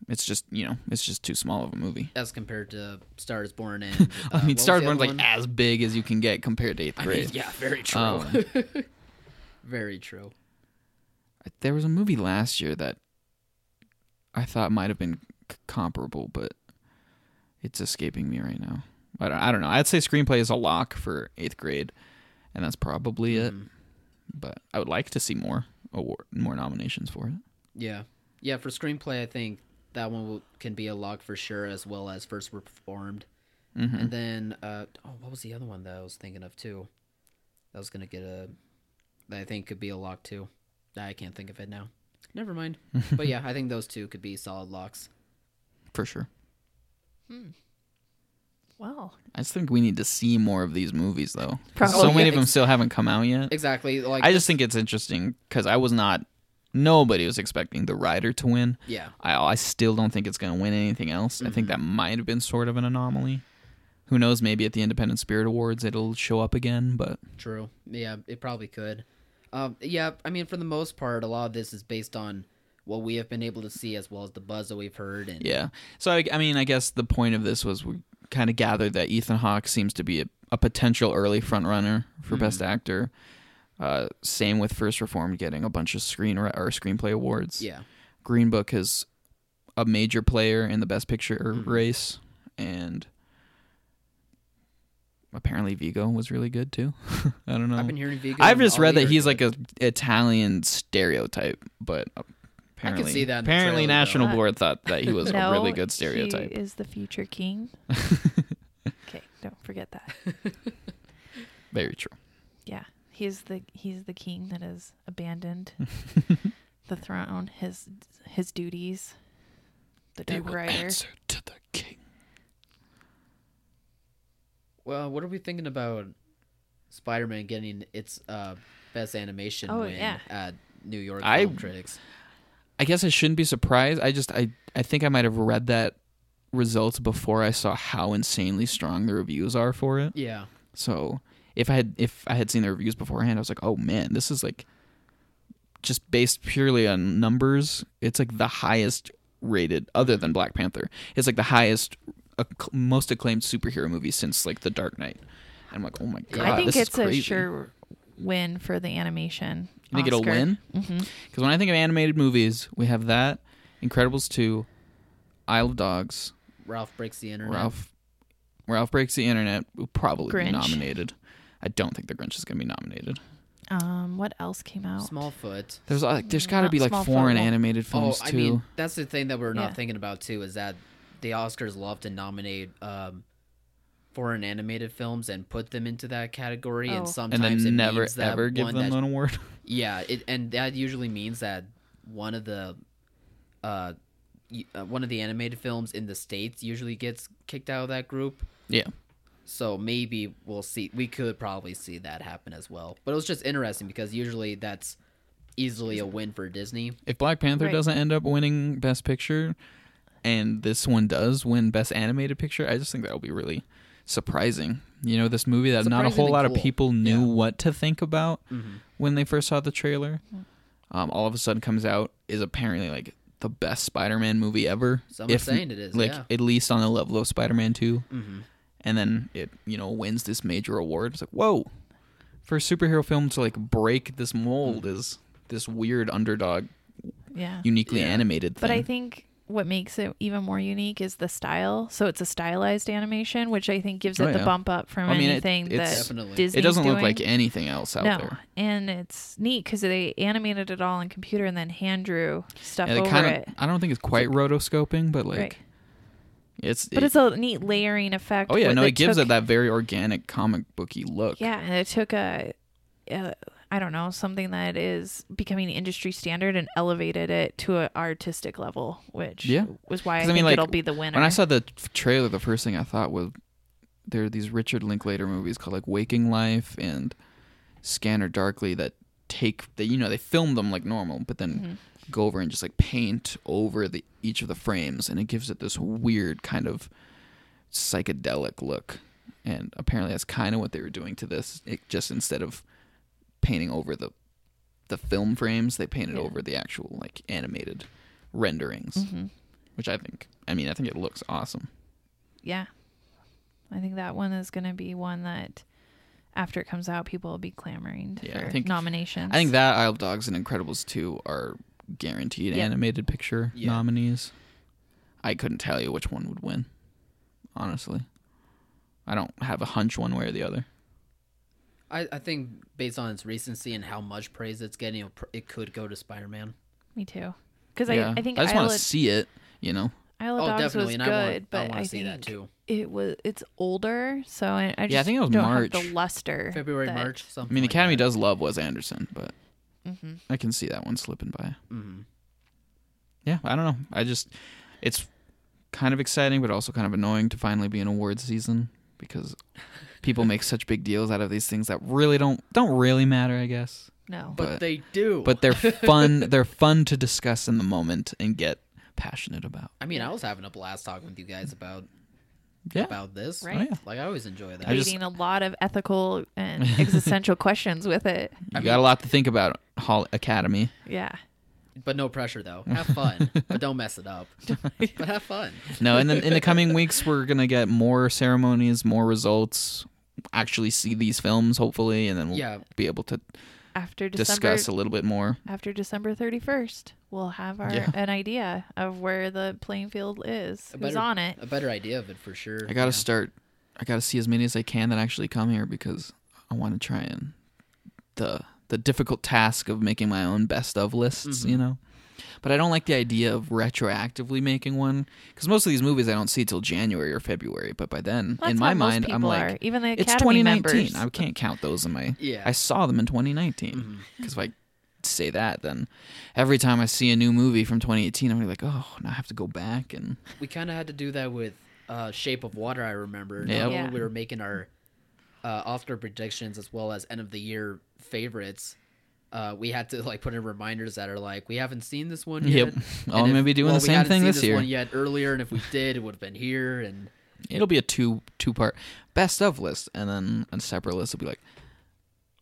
[SPEAKER 1] It's just you know, it's just too small of a movie.
[SPEAKER 4] As compared to Stars Born and.
[SPEAKER 1] <laughs> I
[SPEAKER 4] uh,
[SPEAKER 1] mean,
[SPEAKER 4] what
[SPEAKER 1] Star
[SPEAKER 4] was the
[SPEAKER 1] Born's
[SPEAKER 4] other
[SPEAKER 1] like
[SPEAKER 4] one?
[SPEAKER 1] as big as you can get compared to E eighth
[SPEAKER 4] I
[SPEAKER 1] grade.
[SPEAKER 4] mean, yeah, very true.
[SPEAKER 1] Um,
[SPEAKER 4] <laughs> very true.
[SPEAKER 1] there was a movie last year that I thought might have been c- comparable, but it's escaping me right now. I don't, I don't know. I'd say screenplay is a lock for eighth grade, and that's probably it. But I would like to see more award, more nominations for it.
[SPEAKER 4] Yeah, yeah. For screenplay, I think that one will, can be a lock for sure, as well as first performed. And then, uh, oh, what was the other one that I was thinking of too? That was gonna get a, that I think could be a lock too. I can't think of it now. Never mind. but yeah, I think those two could be solid locks.
[SPEAKER 1] for sure.
[SPEAKER 3] Well,
[SPEAKER 1] I just think we need to see more of these movies, though. 'Cause
[SPEAKER 3] Probably.
[SPEAKER 1] So many
[SPEAKER 4] Yeah,
[SPEAKER 1] of them
[SPEAKER 4] ex-
[SPEAKER 1] still haven't come out yet.
[SPEAKER 4] Exactly. Like
[SPEAKER 1] I just think it's interesting because I was not. Nobody was expecting the Rider to win.
[SPEAKER 4] yeah, Mm-hmm.
[SPEAKER 1] I, I still don't think it's going to win anything else. I think that might have been sort of an anomaly. Who knows? Maybe at the Independent Spirit Awards it'll show up again. But
[SPEAKER 4] true. Yeah, it probably could. Um, yeah, I mean, for the most part, a lot of this is based on what we have been able to see, as well as the buzz that we've heard. And
[SPEAKER 1] yeah. So I, I mean, I guess the point of this was we kind of gathered that Ethan Hawke seems to be a, a potential early front runner for
[SPEAKER 4] Mm-hmm.
[SPEAKER 1] Best Actor. Uh, same with First Reformed getting a bunch of screen or screenplay awards.
[SPEAKER 4] yeah.
[SPEAKER 1] Green Book is a major player in the Best Picture er,
[SPEAKER 4] Mm-hmm.
[SPEAKER 1] race, and apparently Vigo was really good too. <laughs> I don't know.
[SPEAKER 4] I've been hearing Vigo.
[SPEAKER 1] I've
[SPEAKER 4] and
[SPEAKER 1] just read
[SPEAKER 4] Ollie
[SPEAKER 1] that
[SPEAKER 4] are
[SPEAKER 1] he's like
[SPEAKER 4] good.
[SPEAKER 1] a Italian stereotype, but apparently,
[SPEAKER 4] see that in the
[SPEAKER 1] apparently,
[SPEAKER 4] trailer, Uh,
[SPEAKER 1] National
[SPEAKER 3] though.
[SPEAKER 1] Board thought that he
[SPEAKER 4] <laughs>
[SPEAKER 1] was
[SPEAKER 3] no,
[SPEAKER 1] a really good stereotype.
[SPEAKER 3] He is the
[SPEAKER 1] <laughs>
[SPEAKER 3] future king. okay, don't forget that.
[SPEAKER 1] Very true.
[SPEAKER 3] Yeah, he's the he's the king that has
[SPEAKER 1] <laughs>
[SPEAKER 3] abandoned the throne, his his duties. The Dark Rider.
[SPEAKER 1] Answer to the king.
[SPEAKER 4] Well, what are we thinking about Spider-Man getting its uh, best animation
[SPEAKER 3] Oh,
[SPEAKER 4] win
[SPEAKER 3] yeah.
[SPEAKER 4] at New York
[SPEAKER 1] I-
[SPEAKER 4] Film Critics?
[SPEAKER 1] I guess I shouldn't be surprised. I just I I think I might have read that results before I saw how insanely strong the reviews are for it.
[SPEAKER 4] Yeah,
[SPEAKER 1] So if I had if I had seen the reviews beforehand, I was like, oh man, this is like just based purely on numbers. It's like the highest rated, other than Black Panther. It's like the highest, acc- most acclaimed superhero movie since like The Dark Knight. I'm like, oh my god,
[SPEAKER 4] Yeah,
[SPEAKER 3] I think
[SPEAKER 1] this
[SPEAKER 3] it's
[SPEAKER 1] is crazy.
[SPEAKER 3] a sure win for the animation.
[SPEAKER 1] You think it'll
[SPEAKER 3] Oscar. Mm-hmm.
[SPEAKER 1] win? Because when I think of animated movies, we have that, Incredibles two, Isle of Dogs,
[SPEAKER 4] Ralph breaks the internet.
[SPEAKER 1] Ralph, Ralph breaks the internet. Will probably
[SPEAKER 3] Grinch.
[SPEAKER 1] be nominated. I don't think the Grinch is going to be nominated.
[SPEAKER 3] Um, what else came out?
[SPEAKER 4] Smallfoot.
[SPEAKER 1] There's uh, like,
[SPEAKER 4] Mm,
[SPEAKER 1] there's got to
[SPEAKER 3] Not
[SPEAKER 1] be like
[SPEAKER 3] small
[SPEAKER 1] foreign
[SPEAKER 3] film.
[SPEAKER 1] animated
[SPEAKER 4] Oh,
[SPEAKER 1] films
[SPEAKER 4] I
[SPEAKER 1] too.
[SPEAKER 4] mean, that's the thing that we're
[SPEAKER 3] Yeah.
[SPEAKER 4] not thinking about too is that the Oscars love to nominate um, foreign animated films and put them into that category,
[SPEAKER 3] Oh. And
[SPEAKER 4] and
[SPEAKER 3] then
[SPEAKER 1] and
[SPEAKER 4] sometimes it
[SPEAKER 1] then never
[SPEAKER 4] means that
[SPEAKER 1] ever give
[SPEAKER 4] one
[SPEAKER 1] them
[SPEAKER 4] that-
[SPEAKER 1] an award. <laughs>
[SPEAKER 4] Yeah, it, and that usually means that one of the uh, y- uh, one of the animated films in the states usually gets kicked out of that group.
[SPEAKER 1] yeah.
[SPEAKER 4] So maybe we'll see. We could probably see that happen as well. But it was just interesting because usually that's easily a win for Disney.
[SPEAKER 1] If Black Panther
[SPEAKER 3] Right.
[SPEAKER 1] doesn't end up winning Best Picture, and this one does win Best Animated Picture, I just think that'll be really surprising. You know, this movie that not a whole
[SPEAKER 4] Surprisingly
[SPEAKER 1] lot of
[SPEAKER 4] cool.
[SPEAKER 1] people knew
[SPEAKER 4] Yeah.
[SPEAKER 1] what to think about
[SPEAKER 4] Mm-hmm.
[SPEAKER 1] when they first saw the trailer, um, all of a sudden comes out is apparently like the best Spider-Man movie ever.
[SPEAKER 4] Some are saying it is,
[SPEAKER 1] like
[SPEAKER 4] yeah. Mm-hmm.
[SPEAKER 1] at least on the level of Spider-Man 2 and then it you know wins this major award. It's like whoa, for a superhero film to like break this mold
[SPEAKER 4] Mm.
[SPEAKER 1] is this weird underdog
[SPEAKER 3] yeah.
[SPEAKER 1] uniquely
[SPEAKER 4] Yeah.
[SPEAKER 1] animated thing.
[SPEAKER 3] But I think what makes it even more unique is the style. So it's a stylized animation, which I think gives
[SPEAKER 1] Oh,
[SPEAKER 3] it the
[SPEAKER 1] yeah.
[SPEAKER 3] bump up from
[SPEAKER 1] I mean, it-
[SPEAKER 3] anything
[SPEAKER 1] it's-
[SPEAKER 3] that
[SPEAKER 4] Definitely.
[SPEAKER 3] Disney's
[SPEAKER 1] it doesn't look
[SPEAKER 3] doing.
[SPEAKER 1] like anything else out
[SPEAKER 3] no,
[SPEAKER 1] there.
[SPEAKER 3] and it's neat because they animated it all on computer and then hand drew stuff
[SPEAKER 1] And
[SPEAKER 3] over
[SPEAKER 1] it kind
[SPEAKER 3] it.
[SPEAKER 1] of I don't think it's quite rotoscoping, but like
[SPEAKER 3] right,
[SPEAKER 1] it's
[SPEAKER 3] but it's a neat layering effect.
[SPEAKER 1] Oh yeah,
[SPEAKER 3] where
[SPEAKER 1] no,
[SPEAKER 3] they
[SPEAKER 1] it gives
[SPEAKER 3] took-
[SPEAKER 1] it that very organic comic booky look.
[SPEAKER 3] Yeah, and it took a, a I don't know, something that is becoming industry standard and elevated it to an artistic level, which
[SPEAKER 1] Yeah.
[SPEAKER 3] was why I,
[SPEAKER 1] 'Cause I
[SPEAKER 3] think
[SPEAKER 1] mean, like,
[SPEAKER 3] it'll be the winner.
[SPEAKER 1] When I saw the t- trailer, the first thing I thought was there are these Richard Linklater movies called like Waking Life and Scanner Darkly that take that you know they film them like normal, but then
[SPEAKER 3] Mm-hmm.
[SPEAKER 1] go over and just like paint over the each of the frames, and it gives it this weird kind of psychedelic look. And apparently, that's kind of what they were doing to this. It just instead of painting over the the film frames, they painted
[SPEAKER 3] Yeah. Mm-hmm.
[SPEAKER 1] over the actual like animated renderings which I think. I mean, I think it looks awesome.
[SPEAKER 3] yeah, I think that one is going to be one that after it comes out, people will be clamoring
[SPEAKER 1] Yeah, I
[SPEAKER 3] for
[SPEAKER 1] think-
[SPEAKER 3] nominations.
[SPEAKER 1] I think that Isle of Dogs and Incredibles two are guaranteed
[SPEAKER 3] Yeah.
[SPEAKER 1] animated picture
[SPEAKER 4] Yeah.
[SPEAKER 1] nominees. I couldn't tell you which one would win, honestly. I don't have a hunch one way or the other.
[SPEAKER 4] I, I think based on its recency and how much praise it's getting, it'll pr- it could go to Spider Man.
[SPEAKER 3] me too, because
[SPEAKER 1] yeah.
[SPEAKER 3] I, I think
[SPEAKER 1] I just
[SPEAKER 3] Isle
[SPEAKER 1] want
[SPEAKER 3] of,
[SPEAKER 1] to see it. You know,
[SPEAKER 3] Isle of
[SPEAKER 4] Oh,
[SPEAKER 3] Dogs
[SPEAKER 4] definitely,
[SPEAKER 3] was
[SPEAKER 4] and
[SPEAKER 3] good,
[SPEAKER 4] I want
[SPEAKER 3] but
[SPEAKER 4] I want to see
[SPEAKER 3] think
[SPEAKER 4] that too.
[SPEAKER 3] it was it's older, so I, I just
[SPEAKER 1] Yeah, I think it was
[SPEAKER 3] don't
[SPEAKER 1] March.
[SPEAKER 3] have the luster.
[SPEAKER 4] February,
[SPEAKER 3] that-
[SPEAKER 4] March, something.
[SPEAKER 1] I mean, the
[SPEAKER 4] like
[SPEAKER 1] Academy
[SPEAKER 4] that.
[SPEAKER 1] does love Wes Anderson, but
[SPEAKER 3] Mm-hmm,
[SPEAKER 1] I can see that one slipping by.
[SPEAKER 4] Mhm.
[SPEAKER 1] Yeah, I don't know. I just it's kind of exciting, but also kind of annoying to finally be in awards season because people make such big deals out of these things that really don't don't really matter, I guess.
[SPEAKER 3] No,
[SPEAKER 4] but,
[SPEAKER 1] but-
[SPEAKER 4] they do.
[SPEAKER 1] But they're fun. they're fun to discuss in the moment and get passionate about.
[SPEAKER 4] I mean, I was having a blast talking with you guys about
[SPEAKER 1] Yeah,
[SPEAKER 4] about this.
[SPEAKER 3] Right. Oh, yeah.
[SPEAKER 4] Like I always enjoy that.
[SPEAKER 1] I just-
[SPEAKER 3] debating a lot of ethical and <laughs> existential questions with it.
[SPEAKER 1] you got a lot to think about. Hall Academy.
[SPEAKER 3] Yeah.
[SPEAKER 4] but no pressure
[SPEAKER 1] <laughs>
[SPEAKER 4] though. Have fun, but don't mess it up. but have fun.
[SPEAKER 1] No, and then in the coming weeks we're gonna get more ceremonies, more results. Actually, see these films hopefully, and then we'll
[SPEAKER 4] Yeah.
[SPEAKER 1] be able to
[SPEAKER 3] After December
[SPEAKER 1] discuss a little bit more.
[SPEAKER 3] after December 31st, we'll have our
[SPEAKER 1] Yeah.
[SPEAKER 3] an idea of where the playing field is.
[SPEAKER 4] A
[SPEAKER 3] Who's
[SPEAKER 4] better-
[SPEAKER 3] on it?
[SPEAKER 4] A better idea of it for sure.
[SPEAKER 1] I gotta
[SPEAKER 4] yeah.
[SPEAKER 1] start. I gotta see as many as I can that actually come here because I want to try and the the difficult task of making my own best of lists.
[SPEAKER 4] Mm-hmm.
[SPEAKER 1] You know, but I don't like the idea of retroactively making one because most of these movies I don't see till January or February. But by then,
[SPEAKER 3] Well,
[SPEAKER 1] in
[SPEAKER 3] that's
[SPEAKER 1] my
[SPEAKER 3] how most
[SPEAKER 1] mind, I'm
[SPEAKER 3] people
[SPEAKER 1] like,
[SPEAKER 3] are, even the
[SPEAKER 1] it's
[SPEAKER 3] Academy
[SPEAKER 1] 2019.
[SPEAKER 3] members.
[SPEAKER 1] I can't count those in my.
[SPEAKER 4] <laughs> Yeah. Mm-hmm.
[SPEAKER 1] I saw them in 2019 because if I say that, then every time I see a new movie from 2018, I'm gonna be like, oh, now I have to go back and
[SPEAKER 4] we kind of had to do that with uh, Shape of Water. I remember. Not
[SPEAKER 1] Yeah.
[SPEAKER 4] only
[SPEAKER 3] Yeah.
[SPEAKER 4] we were making our uh, Oscar predictions as well as end of the year favorites. Uh, we had to like put in reminders that are like we haven't seen this one yet.
[SPEAKER 1] <laughs> Yep. Oh, I'm gonna be doing the
[SPEAKER 4] we
[SPEAKER 1] same
[SPEAKER 4] hadn't
[SPEAKER 1] thing
[SPEAKER 4] seen
[SPEAKER 1] this year.
[SPEAKER 4] One yet earlier, and if we did, it would have been here. And
[SPEAKER 1] It'll be a two two part best of list, and then a separate list will be like,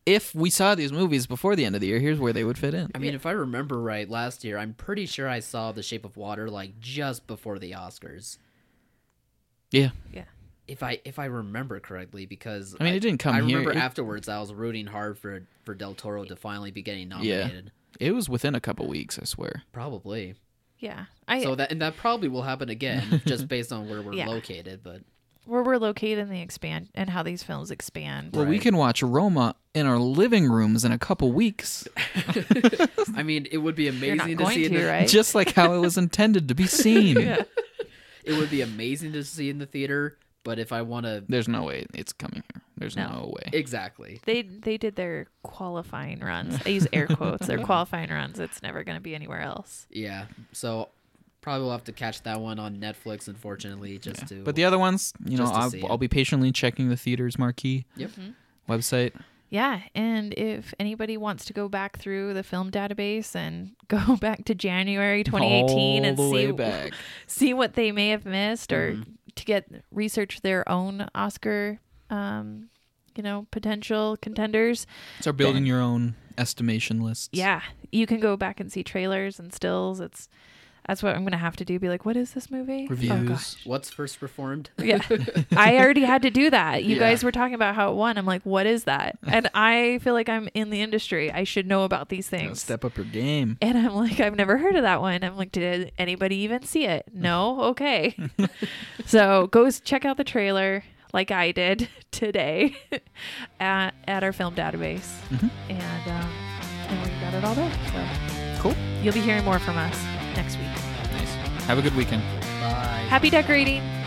[SPEAKER 1] if we saw these movies before the end of the year, here's where they would fit in.
[SPEAKER 4] I mean, if I remember right, last year I'm pretty sure I saw The Shape of Water like just before the Oscars.
[SPEAKER 1] Yeah,
[SPEAKER 3] Yeah.
[SPEAKER 4] if I if I remember correctly, because
[SPEAKER 1] I mean, it didn't come
[SPEAKER 4] I
[SPEAKER 1] here.
[SPEAKER 4] remember
[SPEAKER 1] It-
[SPEAKER 4] afterwards, I was rooting hard for for Del Toro to finally be getting nominated.
[SPEAKER 1] It was within a couple weeks, I swear.
[SPEAKER 4] Probably.
[SPEAKER 3] Yeah. I
[SPEAKER 4] So that and that probably will happen
[SPEAKER 3] <laughs>
[SPEAKER 4] again, just based on where we're
[SPEAKER 3] Yeah.
[SPEAKER 4] located. But
[SPEAKER 3] where we're located and the expand and how these films expand.
[SPEAKER 1] Well, we can watch Roma in our living rooms in a couple weeks,
[SPEAKER 4] I mean, it would be
[SPEAKER 3] You're not
[SPEAKER 4] amazing to
[SPEAKER 3] going
[SPEAKER 4] see.
[SPEAKER 3] to,
[SPEAKER 4] in the,
[SPEAKER 3] right?
[SPEAKER 1] just like how it was intended to be seen.
[SPEAKER 4] It would be amazing to see in the theater. But if I want to,
[SPEAKER 1] There's no way it's coming here. There's no,
[SPEAKER 3] No.
[SPEAKER 1] way.
[SPEAKER 4] exactly.
[SPEAKER 3] they they did their qualifying runs. I use air quotes. <laughs> Their qualifying runs. It's never going to be anywhere else.
[SPEAKER 4] Yeah. So probably we'll have to catch that one on Netflix, unfortunately, just to.
[SPEAKER 1] but the other ones, you know,
[SPEAKER 4] Just to
[SPEAKER 1] I'll,
[SPEAKER 4] see
[SPEAKER 1] I'll
[SPEAKER 4] it.
[SPEAKER 1] be patiently checking the theater's marquee
[SPEAKER 4] Yep.
[SPEAKER 3] Mm-hmm.
[SPEAKER 1] website.
[SPEAKER 3] Yeah, and if anybody wants to go back through the film database and <laughs> go back to January 2018
[SPEAKER 1] all
[SPEAKER 3] and
[SPEAKER 1] the
[SPEAKER 3] see
[SPEAKER 1] way back. Mm-hmm.
[SPEAKER 3] see what they may have missed or to get research their own Oscar um, you know, potential contenders.
[SPEAKER 1] Start building your own estimation lists.
[SPEAKER 3] Yeah, you can go back and see trailers and stills. It's that's what I'm going to have to do. Be like, "What is this movie?" Oh,
[SPEAKER 1] Reviews.
[SPEAKER 4] What's first performed?
[SPEAKER 1] <laughs>
[SPEAKER 3] Yeah. I already had to do that. You
[SPEAKER 4] Yeah.
[SPEAKER 3] guys were talking about how it won. I'm like, what is that?
[SPEAKER 1] <laughs>
[SPEAKER 3] And I feel like I'm in the industry. I should know about these
[SPEAKER 1] Gotta
[SPEAKER 3] things.
[SPEAKER 1] Step up your game.
[SPEAKER 3] And I'm like, I've never heard of that one. I'm like, did anybody even
[SPEAKER 1] <laughs>
[SPEAKER 3] see it? No? Okay. so go s- check out the trailer like I did <laughs> today at, at our film database.
[SPEAKER 1] Mm-hmm.
[SPEAKER 3] And, um, and we got it all there. So
[SPEAKER 1] Cool.
[SPEAKER 3] you'll be hearing more from us next week.
[SPEAKER 1] Nice. Have a good weekend.
[SPEAKER 4] Bye.
[SPEAKER 3] Happy decorating.